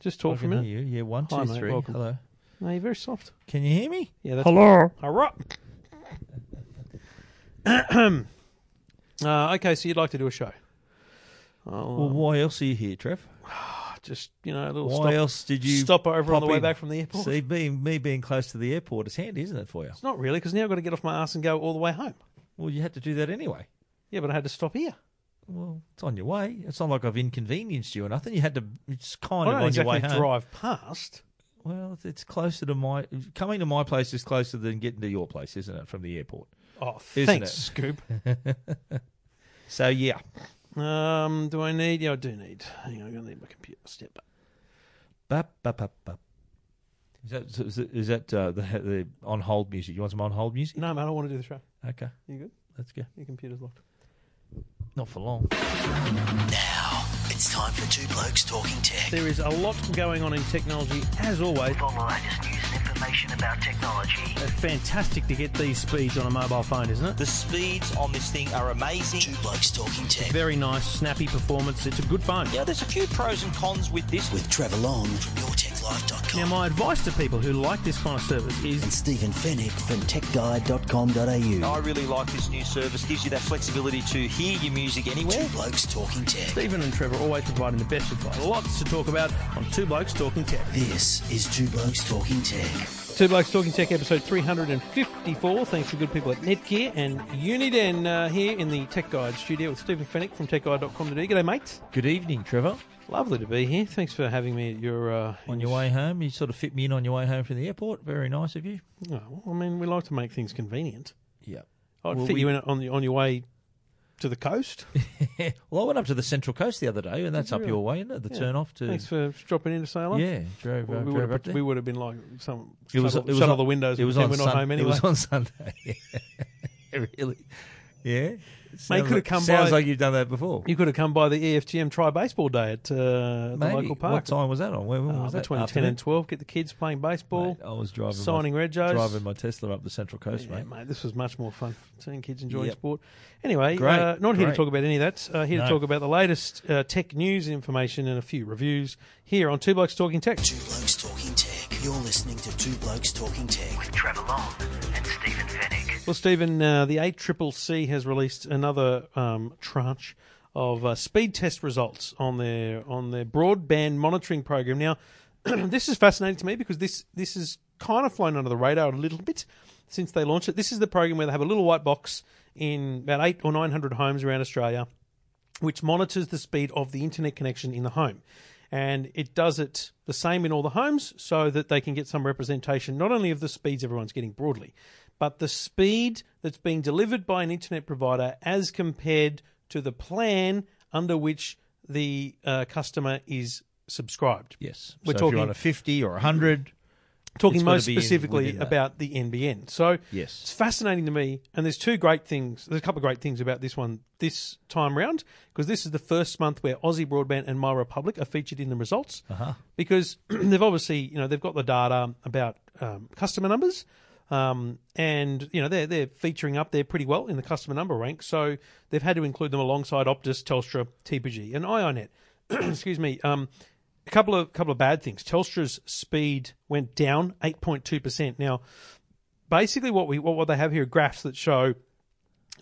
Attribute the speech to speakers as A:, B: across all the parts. A: Just talk for a
B: I can
A: minute.
B: hear you. Yeah, one, two,
A: Hi,
B: three.
A: mate, welcome.
B: Hello.
A: No, you're very soft.
B: Can you hear me?
A: Yeah, that's
B: Hello.
A: Hurrah! uh, okay, so you'd like to do a show?
B: Well,
A: I'll,
B: why else are you here, Trev?
A: uh, just you know, a little
B: Why
A: stop,
B: else did you
A: stop over on the
B: pop
A: way
B: in?
A: back from the airport.
B: See, being, me being close to the airport is handy, isn't it, for you?
A: It's not really because now I've got to get off my ass and go all the way home.
B: Well, you had to do that anyway.
A: Yeah, but I had to stop here.
B: Well, it's on your way. It's not like I've inconvenienced you or nothing. You had to. It's
A: I
B: kind
A: don't
B: of on
A: exactly
B: your way home.
A: drive past.
B: Well, it's- it's closer to my coming to my place is closer than getting to your place, isn't it? From the airport.
A: Oh,
B: Isn't
A: thanks,
B: it?
A: Scoop.
B: So yeah,
A: um, do I need? Yeah, I do need. Hang on, I'm gonna need my computer. Step up.
B: Ba, ba, ba, ba. Is that is that- is that uh, the, the on hold music? You want some on hold music?
A: No, man, I want to do the show.
B: Okay,
A: You good?
B: let's go.
A: Your computer's locked.
B: Not for long.
C: Now it's time for two blokes talking tech.
A: There is a lot going on in technology, as always.
C: With all the latest news and information about technology.
A: It's fantastic to get these speeds on a mobile phone, isn't it?
D: The speeds on this thing are amazing.
C: Two blokes talking tech
A: Very nice, snappy performance. It's a good phone.
D: Yeah, there's a few pros and cons with this.
C: with Trevor Long from
A: Now,
C: YourTechLife.com
A: my advice to people who like this kind of service is
C: and Stephen Fennick from TechGuide.com.au.
D: I really like this new service. Gives you that flexibility to hear your music
C: Two
D: anywhere.
C: blokes talking tech.
A: Stephen and Trevor always providing the best advice. Lots to talk about on Two Blokes Talking Tech.
C: This is Two Blokes Talking Tech.
A: Two Blokes Talking Tech, episode 354. Thanks to good people at Netgear and Uniden uh, here in the Tech Guide studio with Stephen Fennick from TechGuide.com.au. G'day, mate.
B: Good evening, Trevor.
A: Lovely to be here. Thanks for having me at your. Uh,
B: On your way home, you sort of fit me in on your way home from the airport. Very nice of you.
A: Oh, I mean, we like to make things convenient.
B: Yeah.
A: I'd
B: Well,
A: fit
B: we-
A: you in on, the, on your way to the coast.
B: well, I went up to the Central Coast the other day, and that's
A: you
B: up
A: really?
B: your way, isn't it? The turn off to
A: Thanks for dropping in to say hello.
B: yeah, drove,
A: Well,
B: uh,
A: we, would
B: drove
A: have,
B: up
A: put-
B: there.
A: we would have been like some
B: It was-
A: shut,
B: it was
A: shut
B: on-
A: all the windows.
B: It was
A: and
B: on
A: we're not
B: Sun-
A: home anyway.
B: It was on Sunday. really? Yeah. Sounds
A: could have
B: like-
A: come
B: Sounds
A: by-
B: like you've done that before.
A: you could have come by the E EFTM Try Baseball Day at uh, the
B: Maybe.
A: local park.
B: What time was that on? When, when
A: Uh,
B: was that?
A: between ten
B: Afternoon?
A: and twelve. Get the kids playing baseball,
B: Mate, I was driving
A: signing
B: my,
A: red Joes.
B: driving my Tesla up the Central Coast,
A: yeah,
B: mate.
A: mate, this was much more fun. Seeing kids enjoying
B: Yep.
A: sport. Anyway,
B: Great,
A: uh, not here to
B: great.
A: talk about any of that. Uh, here to
B: No.
A: talk about the latest uh, tech news information and a few reviews here on Two Blokes Talking Tech.
C: Two Blokes Talking Tech. You're listening to Two Blokes Talking Tech with Trevor Long and Stephen Fennick.
A: Well, Stephen, uh, the ACCC has released another um, tranche of uh, speed test results on their on their broadband monitoring program. Now, this is fascinating to me because this this has kind of flown under the radar a little bit since they launched it. This is the program where they have a little white box in about eight or nine hundred homes around Australia which monitors the speed of the internet connection in the home. And it does it the same in all the homes so that they can get some representation not only of the speeds everyone's getting broadly, but the speed that's being delivered by an internet provider as compared to the plan under which the uh, customer is subscribed.
B: Yes.
A: We're
B: so
A: talking-
B: if you're on a 50 or a 100.
A: Talking
B: It's gotta
A: most
B: be in- uh,
A: specifically
B: within that.
A: about the NBN. So
B: Yes.
A: it's fascinating to me. And there's two great things. There's a couple of great things about this one this time round because this is the first month where Aussie Broadband and My Republic are featured in the results. Uh-huh. Because they've obviously, you know, they've got the data about um, customer numbers. Um, and you know they're they're featuring up there pretty well in the customer number rank, so they've had to include them alongside Optus, Telstra, TPG, and IONet. Excuse me. Um, a couple of couple of bad things. Telstra's speed went down 8.2%. Now, basically what we what, what they have here are graphs that show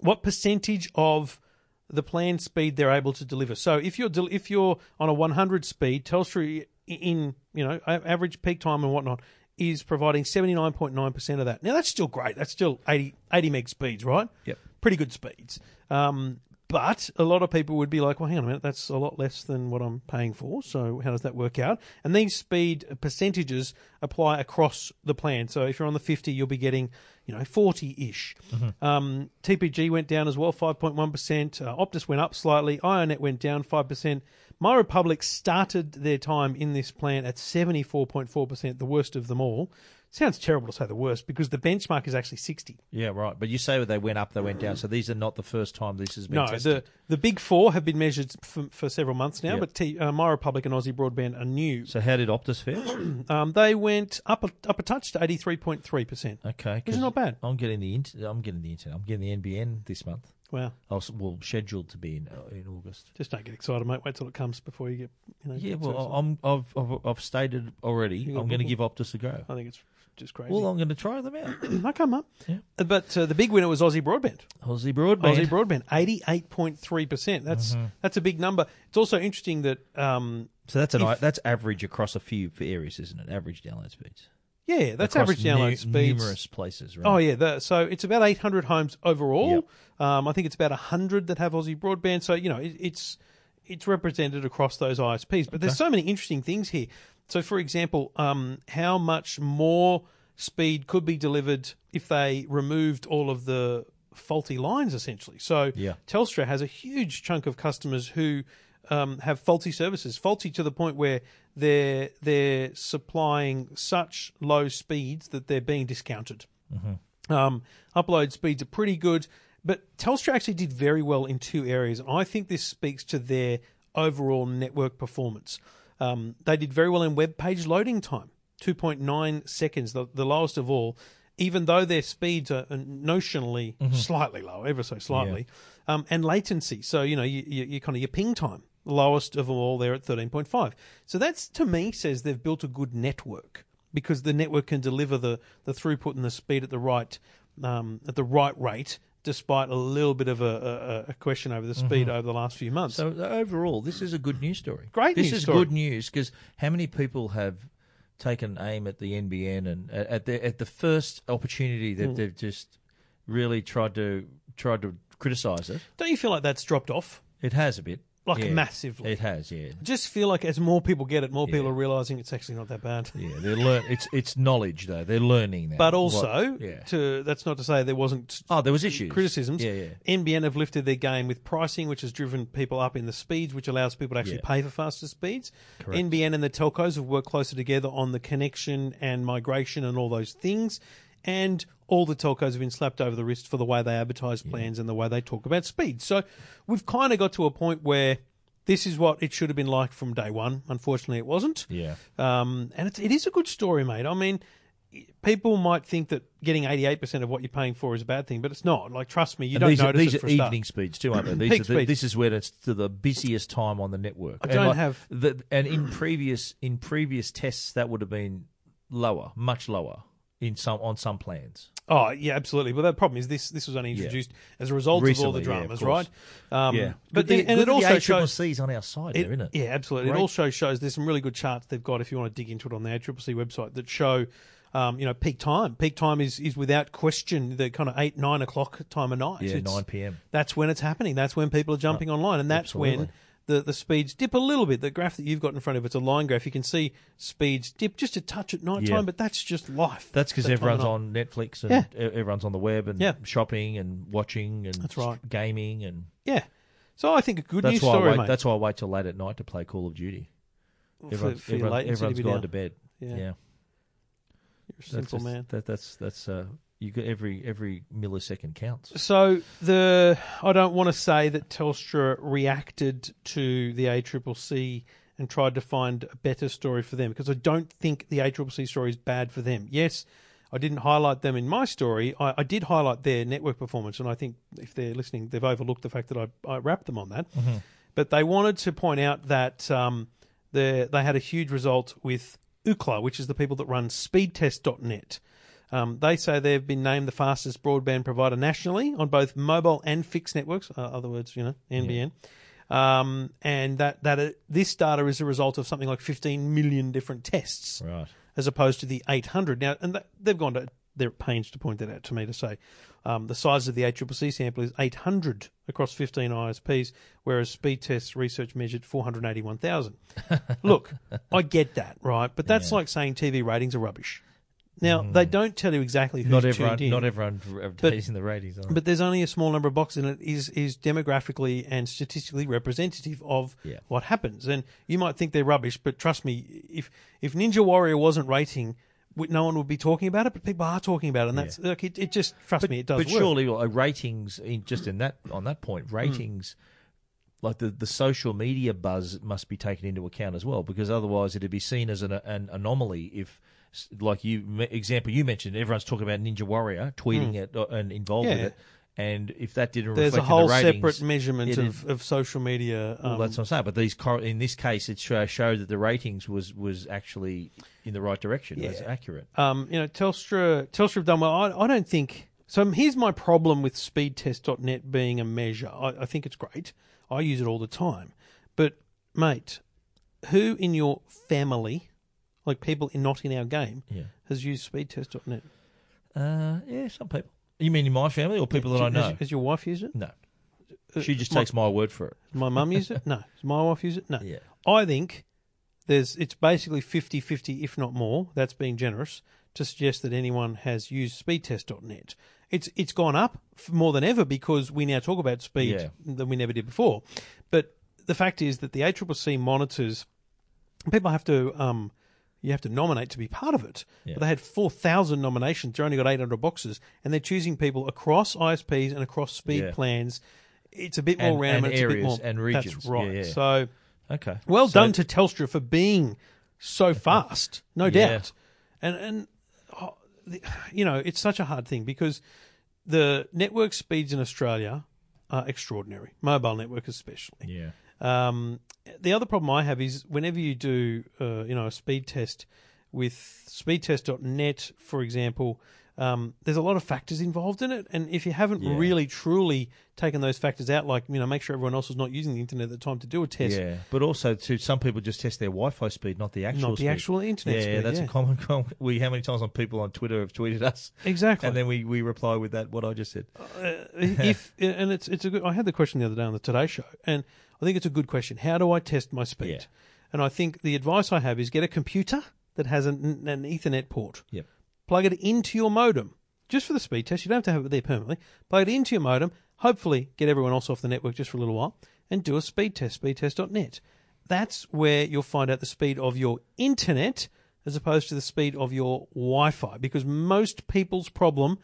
A: what percentage of the planned speed they're able to deliver. So if you're del- if you're on a 100 speed, Telstra i- in you know a- average peak time and whatnot is providing 79.9 percent of that. Now that's still great. That's still 80 80 meg speeds, right?
B: Yep.
A: Pretty good speeds. Um, but a lot of people would be like, well, hang on a minute, that's a lot less than what I'm paying for. So how does that work out? And these speed percentages apply across the plan. So if you're on the 50, you'll be getting, you know, 40 ish. Um, TPG went down as well, 5.1%. Uh, Optus went up slightly. IONET went down 5%. My Republic started their time in this plan at 74.4%, the worst of them all. sounds terrible to say the worst because the benchmark is actually 60.
B: Yeah, right. But you say they went up, they went down. So these are not the first time this has been
A: No, the,
B: tested.
A: the big four have been measured for, for several months now,
B: Yeah.
A: but T, uh, My Republic and Aussie Broadband are new.
B: So how did Optus fare?
A: Um, they went up a, up a touch to 83.3%.
B: Okay,
A: Which is not bad.
B: I'm getting the int- I'm getting the internet. I'm getting the NBN this month.
A: Wow.
B: I was well scheduled to be in uh, in August.
A: Just don't get excited, mate. Wait till it comes before you get, you know.
B: Yeah,
A: get upset.
B: well, I'm I've I've, I've stated already.
A: got
B: I'm going to
A: Google?
B: give Optus a go.
A: I think it's just crazy.
B: Well, I'm going to try them out.
A: I come up.
B: Yeah.
A: But uh, the big winner was Aussie Broadband.
B: Aussie broadband.
A: Aussie Broadband, 88.3%. That's
B: Mm-hmm.
A: that's a big number. It's also interesting that, um,
B: so that's an
A: If-
B: i- that's average across a few areas, isn't it? Average download speeds.
A: yeah, that's
B: Across
A: average download
B: nu-
A: speeds.
B: Numerous places, right?
A: Oh, yeah. The, so it's about 800 homes overall. Um, I think it's about 100 that have Aussie Broadband. So, you know, it, it's it's represented across those ISPs. But there's so many interesting things here. So, for example, um, how much more speed could be delivered if they removed all of the faulty lines, essentially? So,
B: Yeah.
A: Telstra has a huge chunk of customers who um, have faulty services, faulty to the point where they're they're supplying such low speeds that they're being discounted. Um, upload speeds are pretty good, but Telstra actually did very well in two areas. I think this speaks to their overall network performance. Um, they did very well in web page loading time, 2.9 seconds, the, the lowest of all, even though their speeds are uh, notionally slightly low, ever so slightly, um, and latency. So, you know, you, you, you kind of your ping time, lowest of all there at 13.5. So that's to me says they've built a good network because the network can deliver the, the throughput and the speed at the right um, at the right rate, despite a little bit of a, a- a, a question over the speed over the last few months.
B: Mm-hmm. So uh, overall, this is a good news story.
A: Great
B: This
A: news
B: is
A: story.
B: good news because how many people have taken aim at the NBN and uh, at- at the at the first opportunity
A: Hmm.
B: that they've just really tried to tried to criticise it?
A: Don't you feel like that's dropped off?
B: It has a bit,
A: Like
B: Yeah.
A: massively.
B: It has, yeah,
A: I just feel like as more people get it, more people are realizing it's actually not that bad.
B: yeah. They're learn. It's it's knowledge though. They're learning that.
A: But also,
B: What- yeah.
A: to that's not to say there wasn't
B: Oh, there was issues.
A: criticisms.
B: Yeah, yeah.
A: NBN have lifted their game with pricing, which has driven people up in the speeds, which allows people to actually
B: Yeah.
A: pay for faster speeds. NBN and the telcos have worked closer together on the connection and migration and all those things. And all the telcos have been slapped over the wrist for the way they advertise plans and the way they talk about speed. So we've kind of got to a point where this is what it should have been like from day one. Unfortunately, it wasn't.
B: Yeah.
A: Um, and it's, it is a good story, mate. I mean, people might think that getting 88% of what you're paying for is a bad thing, but it's not. Like, trust me, you
B: And
A: don't
B: these are,
A: notice
B: these
A: it
B: are
A: for a start.
B: evening speeds too, aren't they? These
A: Peak
B: are the-
A: speeds.
B: This is when it's the, the busiest time on the network. I
A: don't have-
B: the, and in previous in previous tests that would have been lower, much lower in some on some plans.
A: Oh, yeah, absolutely. But the problem is this this was only introduced as a result of all
B: Recently,
A: the
B: yeah, of
A: dramas, right?
B: course.
A: Um, But
B: Good
A: then,
B: thing-
A: and
B: good
A: it
B: thing
A: also
B: Mm. the
A: shows.
B: ACCC's on our side
A: It-
B: there, isn't it?
A: Yeah, absolutely. It
B: Great.
A: also shows there's some really good charts they've got if you want to dig into it on the ACCC website that show, um, you know, peak time. Peak time is, is without question the kind of eight nine o'clock time of night.
B: Yeah,
A: It's-
B: 9 p.m..
A: That's when it's happening. That's when people are jumping online, and that's when
B: absolutely.
A: the the speeds dip a little bit. The graph that you've got in front of it's a line graph. You can see speeds dip just a touch at night time,
B: Yeah.
A: but that's just life.
B: That's because
A: That time of
B: everyone's
A: night.
B: on Netflix and
A: Yeah.
B: e- everyone's on the web and
A: Yeah.
B: shopping and watching and
A: That's right.
B: gaming and
A: Yeah. So I think a good
B: that's
A: news
B: why
A: story,
B: I wait,
A: mate.
B: that's why I wait till late at night to play Call of Duty.
A: for, for your latency
B: everyone's
A: to be
B: gone
A: down.
B: to bed.
A: Yeah.
B: yeah.
A: You're a simple
B: that's,
A: man.
B: That, that's that's uh, you got every every millisecond counts.
A: So the I don't want to say that Telstra reacted to the ACCC and tried to find a better story for them because I don't think the ACCC story is bad for them. Yes, I didn't highlight them in my story. I, I did highlight their network performance, and I think if they're listening, they've overlooked the fact that I, I wrapped them on that. But they wanted to point out that um, the, they had a huge result with UCLA, which is the people that run speedtest.net. Um, they say they've been named the fastest broadband provider nationally on both mobile and fixed networks. Uh, other words, you know, NBN. Um, and that that uh, this data is a result of something like 15 million different tests,
B: Right.
A: as opposed to the 800. Now, and that, they've gone to they're at pains to point that out to me to say um, the size of the ACCC sample is 800 across 15 ISPs, whereas speed tests research measured 481,000. Look, I get that, right? But that's like saying TV ratings are rubbish. Now they don't tell you exactly who's
B: Mm. Not
A: tuned
B: everyone.
A: in,
B: Not everyone raising the ratings. Are
A: but there's only a small number of boxes, and it is is demographically and statistically representative of
B: Yeah.
A: what happens. And you might think they're rubbish, but trust me, if if Ninja Warrior wasn't rating we- no one would be talking about it, but people are talking about it, and that's like it, it. Just trust me, it does.
B: but
A: work. Hmm.
B: surely like, ratings in just in that on that point ratings like the, the social media buzz must be taken into account as well because otherwise it'd be seen as an, an anomaly if s- like you me- example you mentioned everyone's talking about ninja warrior tweeting it uh, and involved
A: Hmm. Yeah.
B: with it and if that didn't
A: there's a
B: reflect
A: whole
B: in the ratings,
A: separate measurement
B: it-
A: of, of social media.
B: well,
A: um,
B: that's what I'm saying, but these cor- in this case, it sho- showed that the ratings was, was actually in the right direction. It was
A: Yeah.
B: accurate.
A: um, you know, Telstra, Telstra have done well. I, I don't think so. Here's my problem with speedtest.net being a measure. I, I think it's great. I use it all the time. But, mate, who in your family, like people in, not in our game,
B: Yeah.
A: has used speedtest.net?
B: Uh, yeah, some people. You mean in my family or people that I know?
A: Has, has your wife used it?
B: No. She just
A: my-
B: takes my word for it.
A: Does my mum use it? No. Does my wife use it? No.
B: Yeah.
A: I think there's it's basically 50-50, if not more. That's being generous to suggest that anyone has used speedtest.net. It's it's gone up f- more than ever because we now talk about speed
B: Yeah.
A: than we never did before. But the fact is that the ACCC monitors people have to um, you have to nominate to be part of it.
B: Yeah.
A: But they had four thousand nominations. They only got eight hundred boxes, and they're choosing people across ISPs and across speed
B: Yeah.
A: plans. It's a bit more
B: And-
A: random.
B: and
A: it's
B: areas
A: a bit more
B: and
A: That's
B: regions. Yeah,
A: right.
B: yeah.
A: So
B: Okay.
A: well
B: So-
A: done to Telstra for being so fast, no
B: Yeah.
A: doubt. And and oh, the- you know it's such a hard thing because the network speeds in Australia are extraordinary. Mobile network especially.
B: Yeah.
A: Um, the other problem I have is whenever you do, uh, you know, a speed test with speedtest.net, for example, um, there's a lot of factors involved in it, and if you haven't
B: Yeah.
A: really truly taken those factors out, like you know, make sure everyone else is not using the internet at the time to do a test,
B: Yeah. But also, to some people just test their Wi-Fi speed, not the
A: not
B: actual.
A: the
B: speed.
A: actual internet.
B: yeah,
A: speed,
B: that's a common. Com- we how many times on people on Twitter have tweeted us,
A: exactly. Uh,
B: and then we, we reply with that what I just said.
A: if and it's it's a good. I had the question the other day on the Today Show, and I think it's a good question. How do I test my speed?
B: Yeah.
A: And I think the advice I have is get a computer that has an, an Ethernet port.
B: Yep.
A: Plug it into your modem, just for the speed test. You don't have to have it there permanently. Plug it into your modem. Hopefully, get everyone else off the network just for a little while, and do a speed test. Speedtest.net. That's where you'll find out the speed of your internet as opposed to the speed of your Wi-Fi, because most people's problem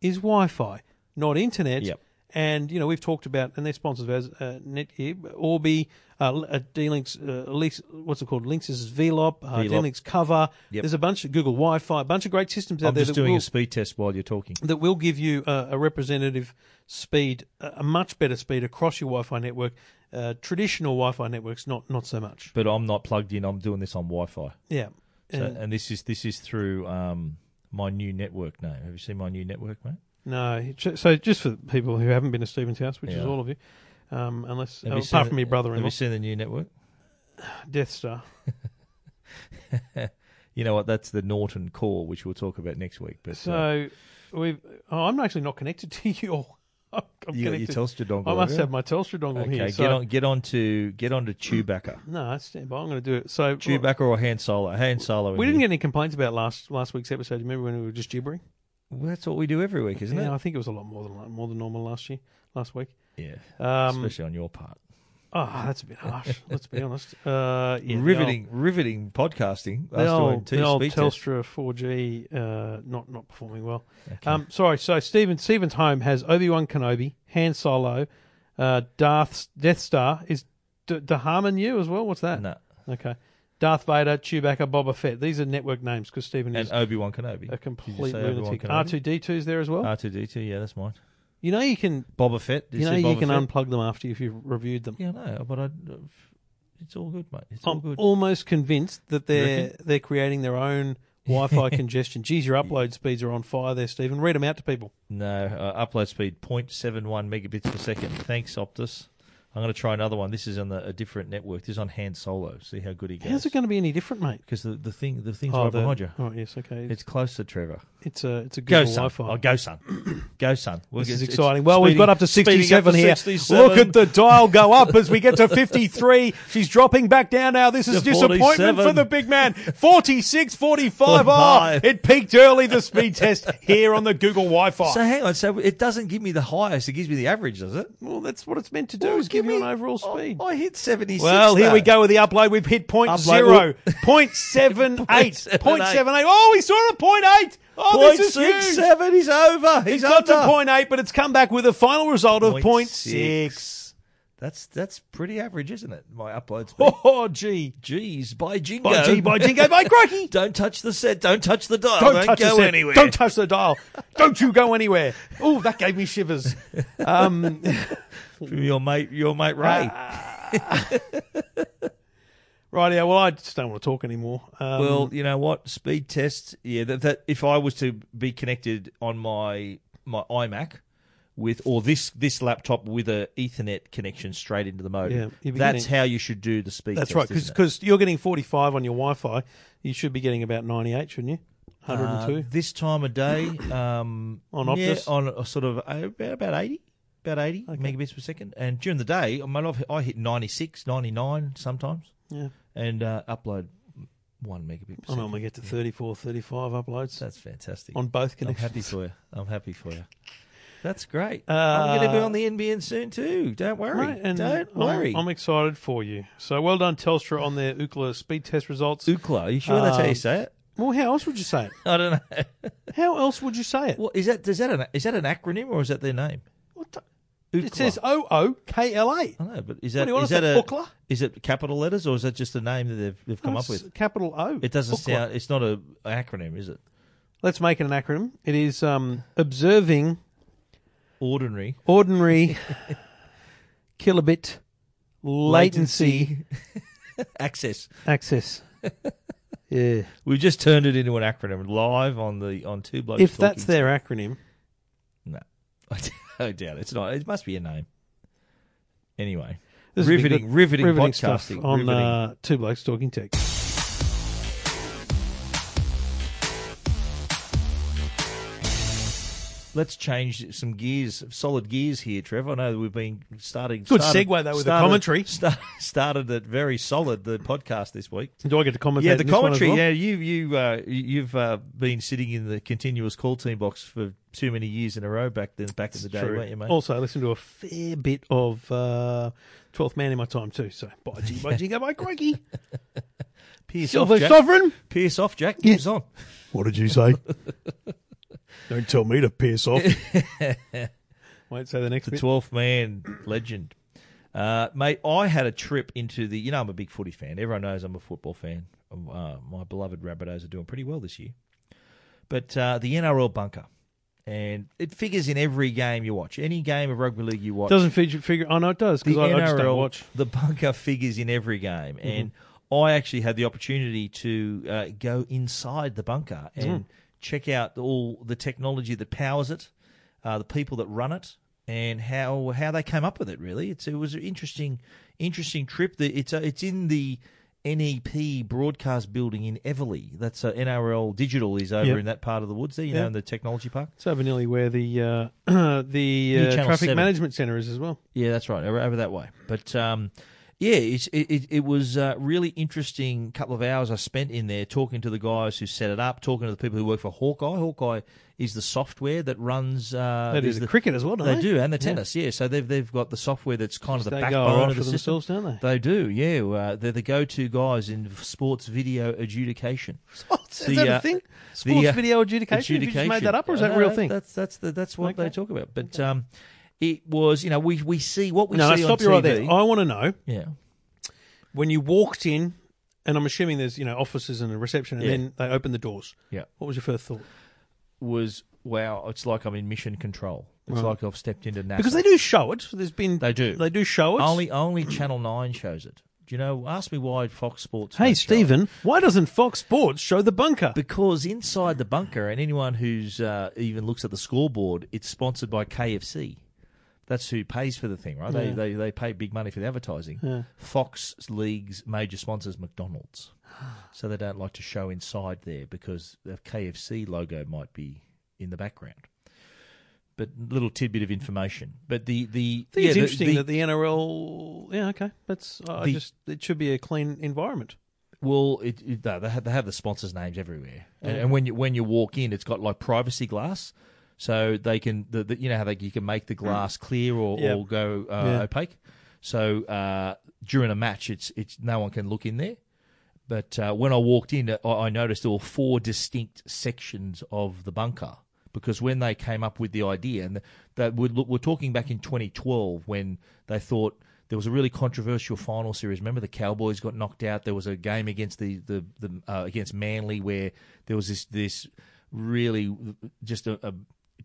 A: is Wi-Fi, not internet.
B: Yep.
A: And you know we've talked about, and they're sponsors of ours, uh, Netgear, Orbi, uh, L- uh, D-Links, uh, Links, what's it called? Links is VLOP, uh,
B: VLOP.
A: D-Links Cover.
B: Yep.
A: There's a bunch of Google Wi-Fi, a bunch of great systems out
B: I'm
A: there
B: just
A: that,
B: doing
A: will,
B: a speed test while you're talking.
A: that will give you a, a representative speed, a, a much better speed across your Wi-Fi network. Uh, traditional Wi-Fi networks, not not so much.
B: But I'm not plugged in. I'm doing this on Wi-Fi,
A: Yeah.
B: so, uh,
A: And-
B: and this is this is through um, my new network name. Have you seen my new network, mate?
A: No. ju- So just for people who haven't been to Stephen's house, which is
B: Yeah.
A: all of you, um, unless
B: Have
A: oh,
B: you seen
A: apart from
B: it-
A: your
B: Have
A: brother-in-law,
B: you seen the new network?
A: Death Star.
B: You know what? That's the Norton Core, which we'll talk about next week. But uh,
A: So we've. Oh, I'm actually not connected to you. all. I'm I'm
B: you got your
A: connected.
B: Telstra dongle.
A: I must
B: yeah?
A: have my Telstra dongle
B: Okay,
A: here.
B: get
A: So,
B: on get on to get on to Chewbacca.
A: No, I stand by. I'm going to do it. So
B: Chewbacca or Han Solo? Han Solo.
A: We didn't get any complaints about last last week's episode. You remember when we were just gibbering?
B: Well, that's what we do every week, isn't
A: Yeah, I think it was a lot more than more than normal last year, last week.
B: it? Yeah.
A: Um,
B: Especially on your part.
A: oh, that's a bit harsh. let's be honest. Uh, yeah, the
B: riveting, riveting
A: old-
B: podcasting.
A: The old,
B: two
A: the old
B: speed tests.
A: Telstra 4G uh, not not performing well. Um, sorry. So Steven Steven's home has Obi Wan Kenobi, Han Solo, uh, Darth Death Star. Is D- Daharman you as well? What's that?
B: No.
A: Okay. Darth Vader, Chewbacca, Boba Fett. These are network names because Stephen
B: and
A: is
B: Obi Wan Kenobi.
A: a complete
B: Obi-Wan
A: lunatic. R two
B: Kenobi?
A: D 2s there as well.
B: R two D two. Yeah, that's mine.
A: you know you can
B: Boba Fett. Did
A: you know
B: see
A: you
B: Boba
A: can
B: Fett?
A: unplug them after if you've reviewed them.
B: Yeah, no, but I. It's all good, mate. It's all
A: I'm
B: good.
A: almost convinced that they're
B: reckon?
A: they're creating their own Wi-Fi congestion. Geez, your upload speeds are on fire there, Stephen. Read them out to people.
B: No, uh, upload speed 0.71 megabits per second. Thanks, Optus. I'm going to try another one. This is on the, a different network. This is on Han Solo. See how good he goes.
A: How's it going to be any different, mate?
B: Because the, the thing the thing's
A: Oh,
B: right
A: the-
B: behind you.
A: Oh yes, okay. It's
B: It's close to Trevor.
A: it's a it's a
B: Go
A: Google
B: son.
A: Wi-Fi.
B: Oh, go son. Go son. We'll
A: This
B: get-
A: is
B: it's-
A: exciting. Well, we've
B: speeding-
A: got up to
B: speeding
A: 67
B: up to
A: here.
B: 67.
A: Look at the dial go up as we get to 53. She's dropping back down now. This is
B: To
A: disappointment
B: 47.
A: for the big man. 46, 45. Oh,
B: 45.
A: it peaked early, the speed test here on the Google Wi Fi.
B: So hang on. So it doesn't give me the highest. It gives me the average, does it?
A: well, that's what it's meant to do. is give give you an overall speed.
B: I hit 76.
A: Well, here
B: though.
A: we go with the upload. We've hit point
B: oh, Upload.
A: zero, point seven eight, point seven eight. Oh, we saw a point eight. Oh,
B: Point
A: this is
B: six
A: huge.
B: seven. He's over. He's
A: It's got
B: under.
A: to point eight, but it's come back with a final result of
B: Point
A: point
B: six.
A: six.
B: That's that's pretty average, isn't it? My upload speed.
A: Oh, gee.
B: Jeez, by jingo.
A: By gee, by jingo, by crikey.
B: Don't touch the set. Don't touch the dial.
A: Don't,
B: Don't,
A: touch
B: go
A: the set.
B: anywhere.
A: Don't touch the dial. Don't you go anywhere. Oh, that gave me shivers. Um,
B: From your mate, your mate Ray.
A: Ah. right, yeah. Well, I just don't want to talk anymore. Um,
B: well, you know what? Speed tests. Yeah, that, that if I was to be connected on my my iMac with or this this laptop with a Ethernet connection straight into the
A: Yeah,
B: modem,
A: you'd be
B: that's
A: getting-
B: how you should do the speed.
A: that's
B: test,
A: right.
B: isn't it?
A: Because you're getting 45 on your Wi-Fi, you should be getting about 98, shouldn't you?
B: Uh,
A: 102.
B: this time of day um,
A: On
B: yeah,
A: Optus?
B: on a sort of uh, about about eighty. About 80 megabits per second. And during the day, I, mean, I've hit- I hit 96, 99 sometimes.
A: Yeah.
B: And uh, upload one megabit per
A: I
B: second.
A: normally get to 34, 35 uploads
B: That's fantastic.
A: on both
B: I'm
A: connections.
B: happy for you. I'm happy for you. That's great.
A: Uh,
B: I'm going to be on the NBN soon too. Don't worry.
A: Right, and I'm-
B: Don't worry.
A: I'm excited for you. So well done, Telstra, on their Ookla speed test results.
B: Ookla. Are you sure that's how you
A: Um,
B: say it?
A: Well, how else would you say it?
B: I don't know.
A: How else would you say it?
B: What is that? Is that an is that an acronym or is that their name?
A: What the- It
B: Ookla.
A: says O O K L A.
B: I know, but is that
A: do you want
B: is
A: us
B: that
A: to-
B: a
A: Ookla?
B: is it capital letters or is that just a name that they've they've come up with?
A: capital O.
B: It doesn't
A: Ookla.
B: sound. It's not a, an acronym, is it?
A: Let's make it an acronym. It is um, observing
B: Ordinary
A: ordinary kilobit latency,
B: access.
A: access. Yeah.
B: We've just turned it into an acronym live on the on two blokes.
A: if that's
B: Talking.
A: their acronym,
B: No, I, d- I doubt it. it's not. It must be a name. Anyway,
A: This has been
B: riveting,
A: good-
B: riveting,
A: riveting
B: podcasting
A: stuff on
B: riveting.
A: uh, Two Blokes Talking Tech.
B: Let's change some gears, solid gears here, Trev. I know that we've been starting.
A: Good
B: started,
A: segue, though, with the
B: started-
A: commentary.
B: Start, started it very solid. The podcast this week.
A: Do I get to comment?
B: Yeah, the commentary. Yeah, you you uh, you've uh, been sitting in the continuous call team box for too many years in a row back then back in the day, weren't you, mate?
A: Also, I listened to a fair bit of uh, 12th Man in my time, too. So, by G, by Jingo, by Crikey.
B: Pierce off,
A: Silver
B: Jack.
A: Sovereign.
B: Pierce off, Jack.
A: Yeah.
B: Moves on.
A: What did you say? Don't tell me to piss off. Won't say the next
B: The
A: bit.
B: twelfth man legend. Uh, mate, I had a trip into the. You know, I'm a big footy fan. Everyone knows I'm a football fan. Uh, my beloved Rabbitohs are doing pretty well this year. But uh, the NRL bunker, and it figures in every game you watch. Any game of rugby league you watch
A: Doesn't figure, figure. Oh no, it does because
B: the
A: I,
B: NRL,
A: I just don't watch. Mm-hmm.
B: the bunker figures in every game, and I actually had the opportunity to uh, go inside the bunker and check out all the technology that powers it, uh, the people that run it, and how how they came up with it. Really, it's it was an interesting interesting trip. The, it's uh, it's in the NEP broadcast building in Everly. That's uh, NRL Digital is over
A: Yep.
B: in that part of the woods there, you
A: Yeah.
B: know, in the technology park.
A: It's over nearly where the uh, the
B: New
A: uh,
B: Channel
A: traffic
B: 7.
A: management center is as well.
B: Yeah, that's right. Over, over that way. But um, yeah, it's, it, it, it was a really interesting couple of hours I spent in there talking to the guys who set it up, talking to the people who work for Hawkeye. Hawkeye is the software that runs. Uh,
A: They do
B: is
A: the
B: the-
A: cricket as well, don't
B: They
A: they?
B: do, and the tennis, yeah. So they've they've got the software that's kind of the
A: They go
B: backbone
A: right
B: of
A: for
B: the system.
A: themselves, don't
B: They do, yeah. Uh, they're the go-to guys in sports video adjudication.
A: Sports,
B: The,
A: is that
B: uh,
A: a thing? Sports
B: the, uh,
A: video adjudication. Have you just made that up, or is that a
B: No,
A: real
B: no,
A: thing?
B: That's that's the, that's what
A: Okay.
B: they talk about. But um, it was, you know, we we see what we
A: No, no,
B: see
A: stop
B: on
A: you right
B: TV.
A: there. I want to know
B: Yeah.
A: when you walked in, and I'm assuming there's you know offices and a reception, and
B: Yeah.
A: then they opened the doors.
B: Yeah.
A: What was your first thought?
B: Was wow, it's like I'm in mission control. It's
A: Right.
B: like I've stepped into NASA.
A: Because they do show it. There's been
B: They do.
A: they do show it.
B: only only Channel Nine shows it. Do you know? Ask me why Fox Sports.
A: hey
B: don't show it.
A: Stephen, why doesn't Fox Sports show the bunker?
B: Because inside the bunker, and anyone who's uh, even looks at the scoreboard, it's sponsored by KFC. That's who pays for the thing, right? They, they they pay big money for the advertising. Fox League's major sponsor is McDonald's, so they don't like to show inside there because the KFC logo might be in the background. But little tidbit of information. But the the
A: I think it's
B: yeah, the-
A: interesting
B: the-
A: that the NRL. Yeah, okay. That's I
B: The-
A: just it should be a clean environment.
B: Well, it, it, no, they have they have the sponsors' names everywhere, and, and when you when you walk in, it's got like privacy glass, so they can the, the, you know how they you can make the glass clear or,
A: Mm. Yeah.
B: or go uh,
A: Yeah.
B: opaque. So uh, during a match, it's it's no one can look in there. But uh, when I walked in, I, I noticed there were four distinct sections of the bunker because when they came up with the idea, and that we're, look, we're talking back in 2012 when they thought there was a really controversial final series. Remember the Cowboys got knocked out. There was a game against the the, the uh, against Manly where there was this this really just a, a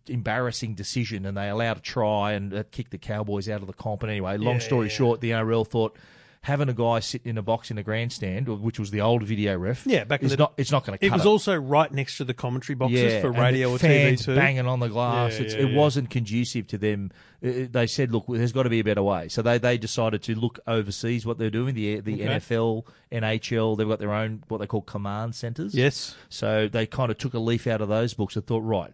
B: embarrassing decision, and they allowed a try and that kicked the Cowboys out of the comp. And anyway, long story short, the NRL thought. Having a guy sitting in a box in a grandstand, which was the old video ref,
A: Yeah, back in
B: is
A: the-
B: not it's not going to
A: It
B: cut
A: was
B: it
A: also right next to the commentary boxes for
B: and
A: radio
B: the
A: or TV
B: fans
A: too.
B: banging on the glass.
A: Yeah,
B: it's,
A: yeah,
B: it
A: yeah.
B: wasn't conducive to them. Uh, uh, They said, "Look, there's got to be a better way." So they, they decided to look overseas. What they're doing, the the NFL, NHL, they've got their own what they call command centers.
A: Yes.
B: So they kind of took a leaf out of those books and thought, right.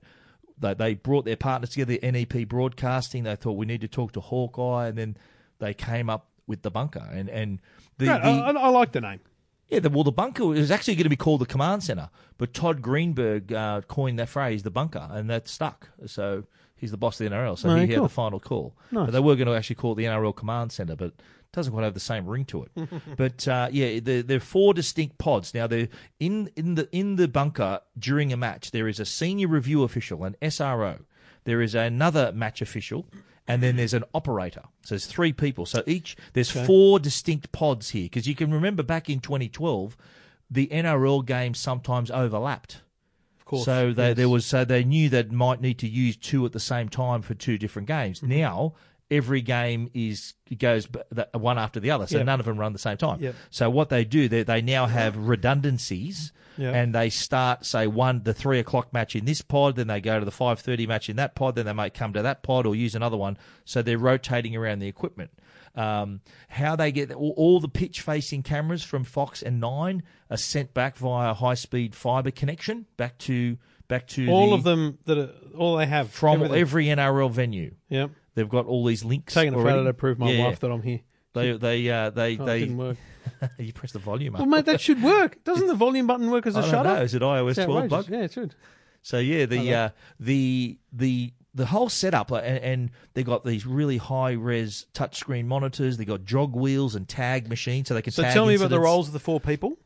B: They, they brought their partners together, NEP Broadcasting. They thought we need to talk to Hawkeye, and then they came up with the bunker. And and the,
A: Great.
B: the
A: I, I, I like the name.
B: yeah, the, well, the bunker was actually going to be called the command center, but Todd Greenberg uh, coined that phrase, the bunker, and that stuck. So he's the boss of the NRL, so
A: Oh,
B: he had
A: cool.
B: the final call. But they were going to actually call it the NRL command center, but it doesn't quite have the same ring to it. but uh, yeah, there, there are four distinct pods. Now, they're in in the in the bunker during a match. There is a senior review official, an SRO. There is another match official. And then there's an operator. So there's three people. So each, there's four distinct pods here. Because you can remember back in 2012, the NRL games sometimes overlapped.
A: Of course.
B: So they, there was so they knew they might need to use two at the same time for two different games.
A: Mm-hmm.
B: Now every game is goes b- the- one after the other, so
A: Yep.
B: none of them run the same time.
A: Yep.
B: So what they do, they they now have redundancies,
A: Yep.
B: and they start say one the three o'clock match in this pod, then they go to the five thirty match in that pod, then they might come to that pod or use another one. So they're rotating around the equipment. Um, how they get all, all the pitch facing cameras from Fox and Nine are sent back via high speed fiber connection back to back to
A: all
B: the-
A: of them that are, all they have
B: from
A: everything.
B: every NRL venue.
A: Yep.
B: They've got all these links.
A: Taking a photo
B: already.
A: to prove my
B: Yeah,
A: wife that I'm here.
B: yeah. they they uh, they
A: Oh, it
B: they
A: didn't work.
B: you press the volume up.
A: Well, mate, that should work. Doesn't the volume button work as a
B: I don't
A: shutter?
B: know. Is it iOS
A: It's
B: twelve
A: outrageous.
B: bug?
A: Yeah, it should.
B: So yeah, the uh, the the the whole setup, like, and, and they got these really high res touchscreen monitors. They got jog wheels and tag machines, so they can.
A: So
B: tag
A: tell me about the
B: incidents.
A: roles of the four people.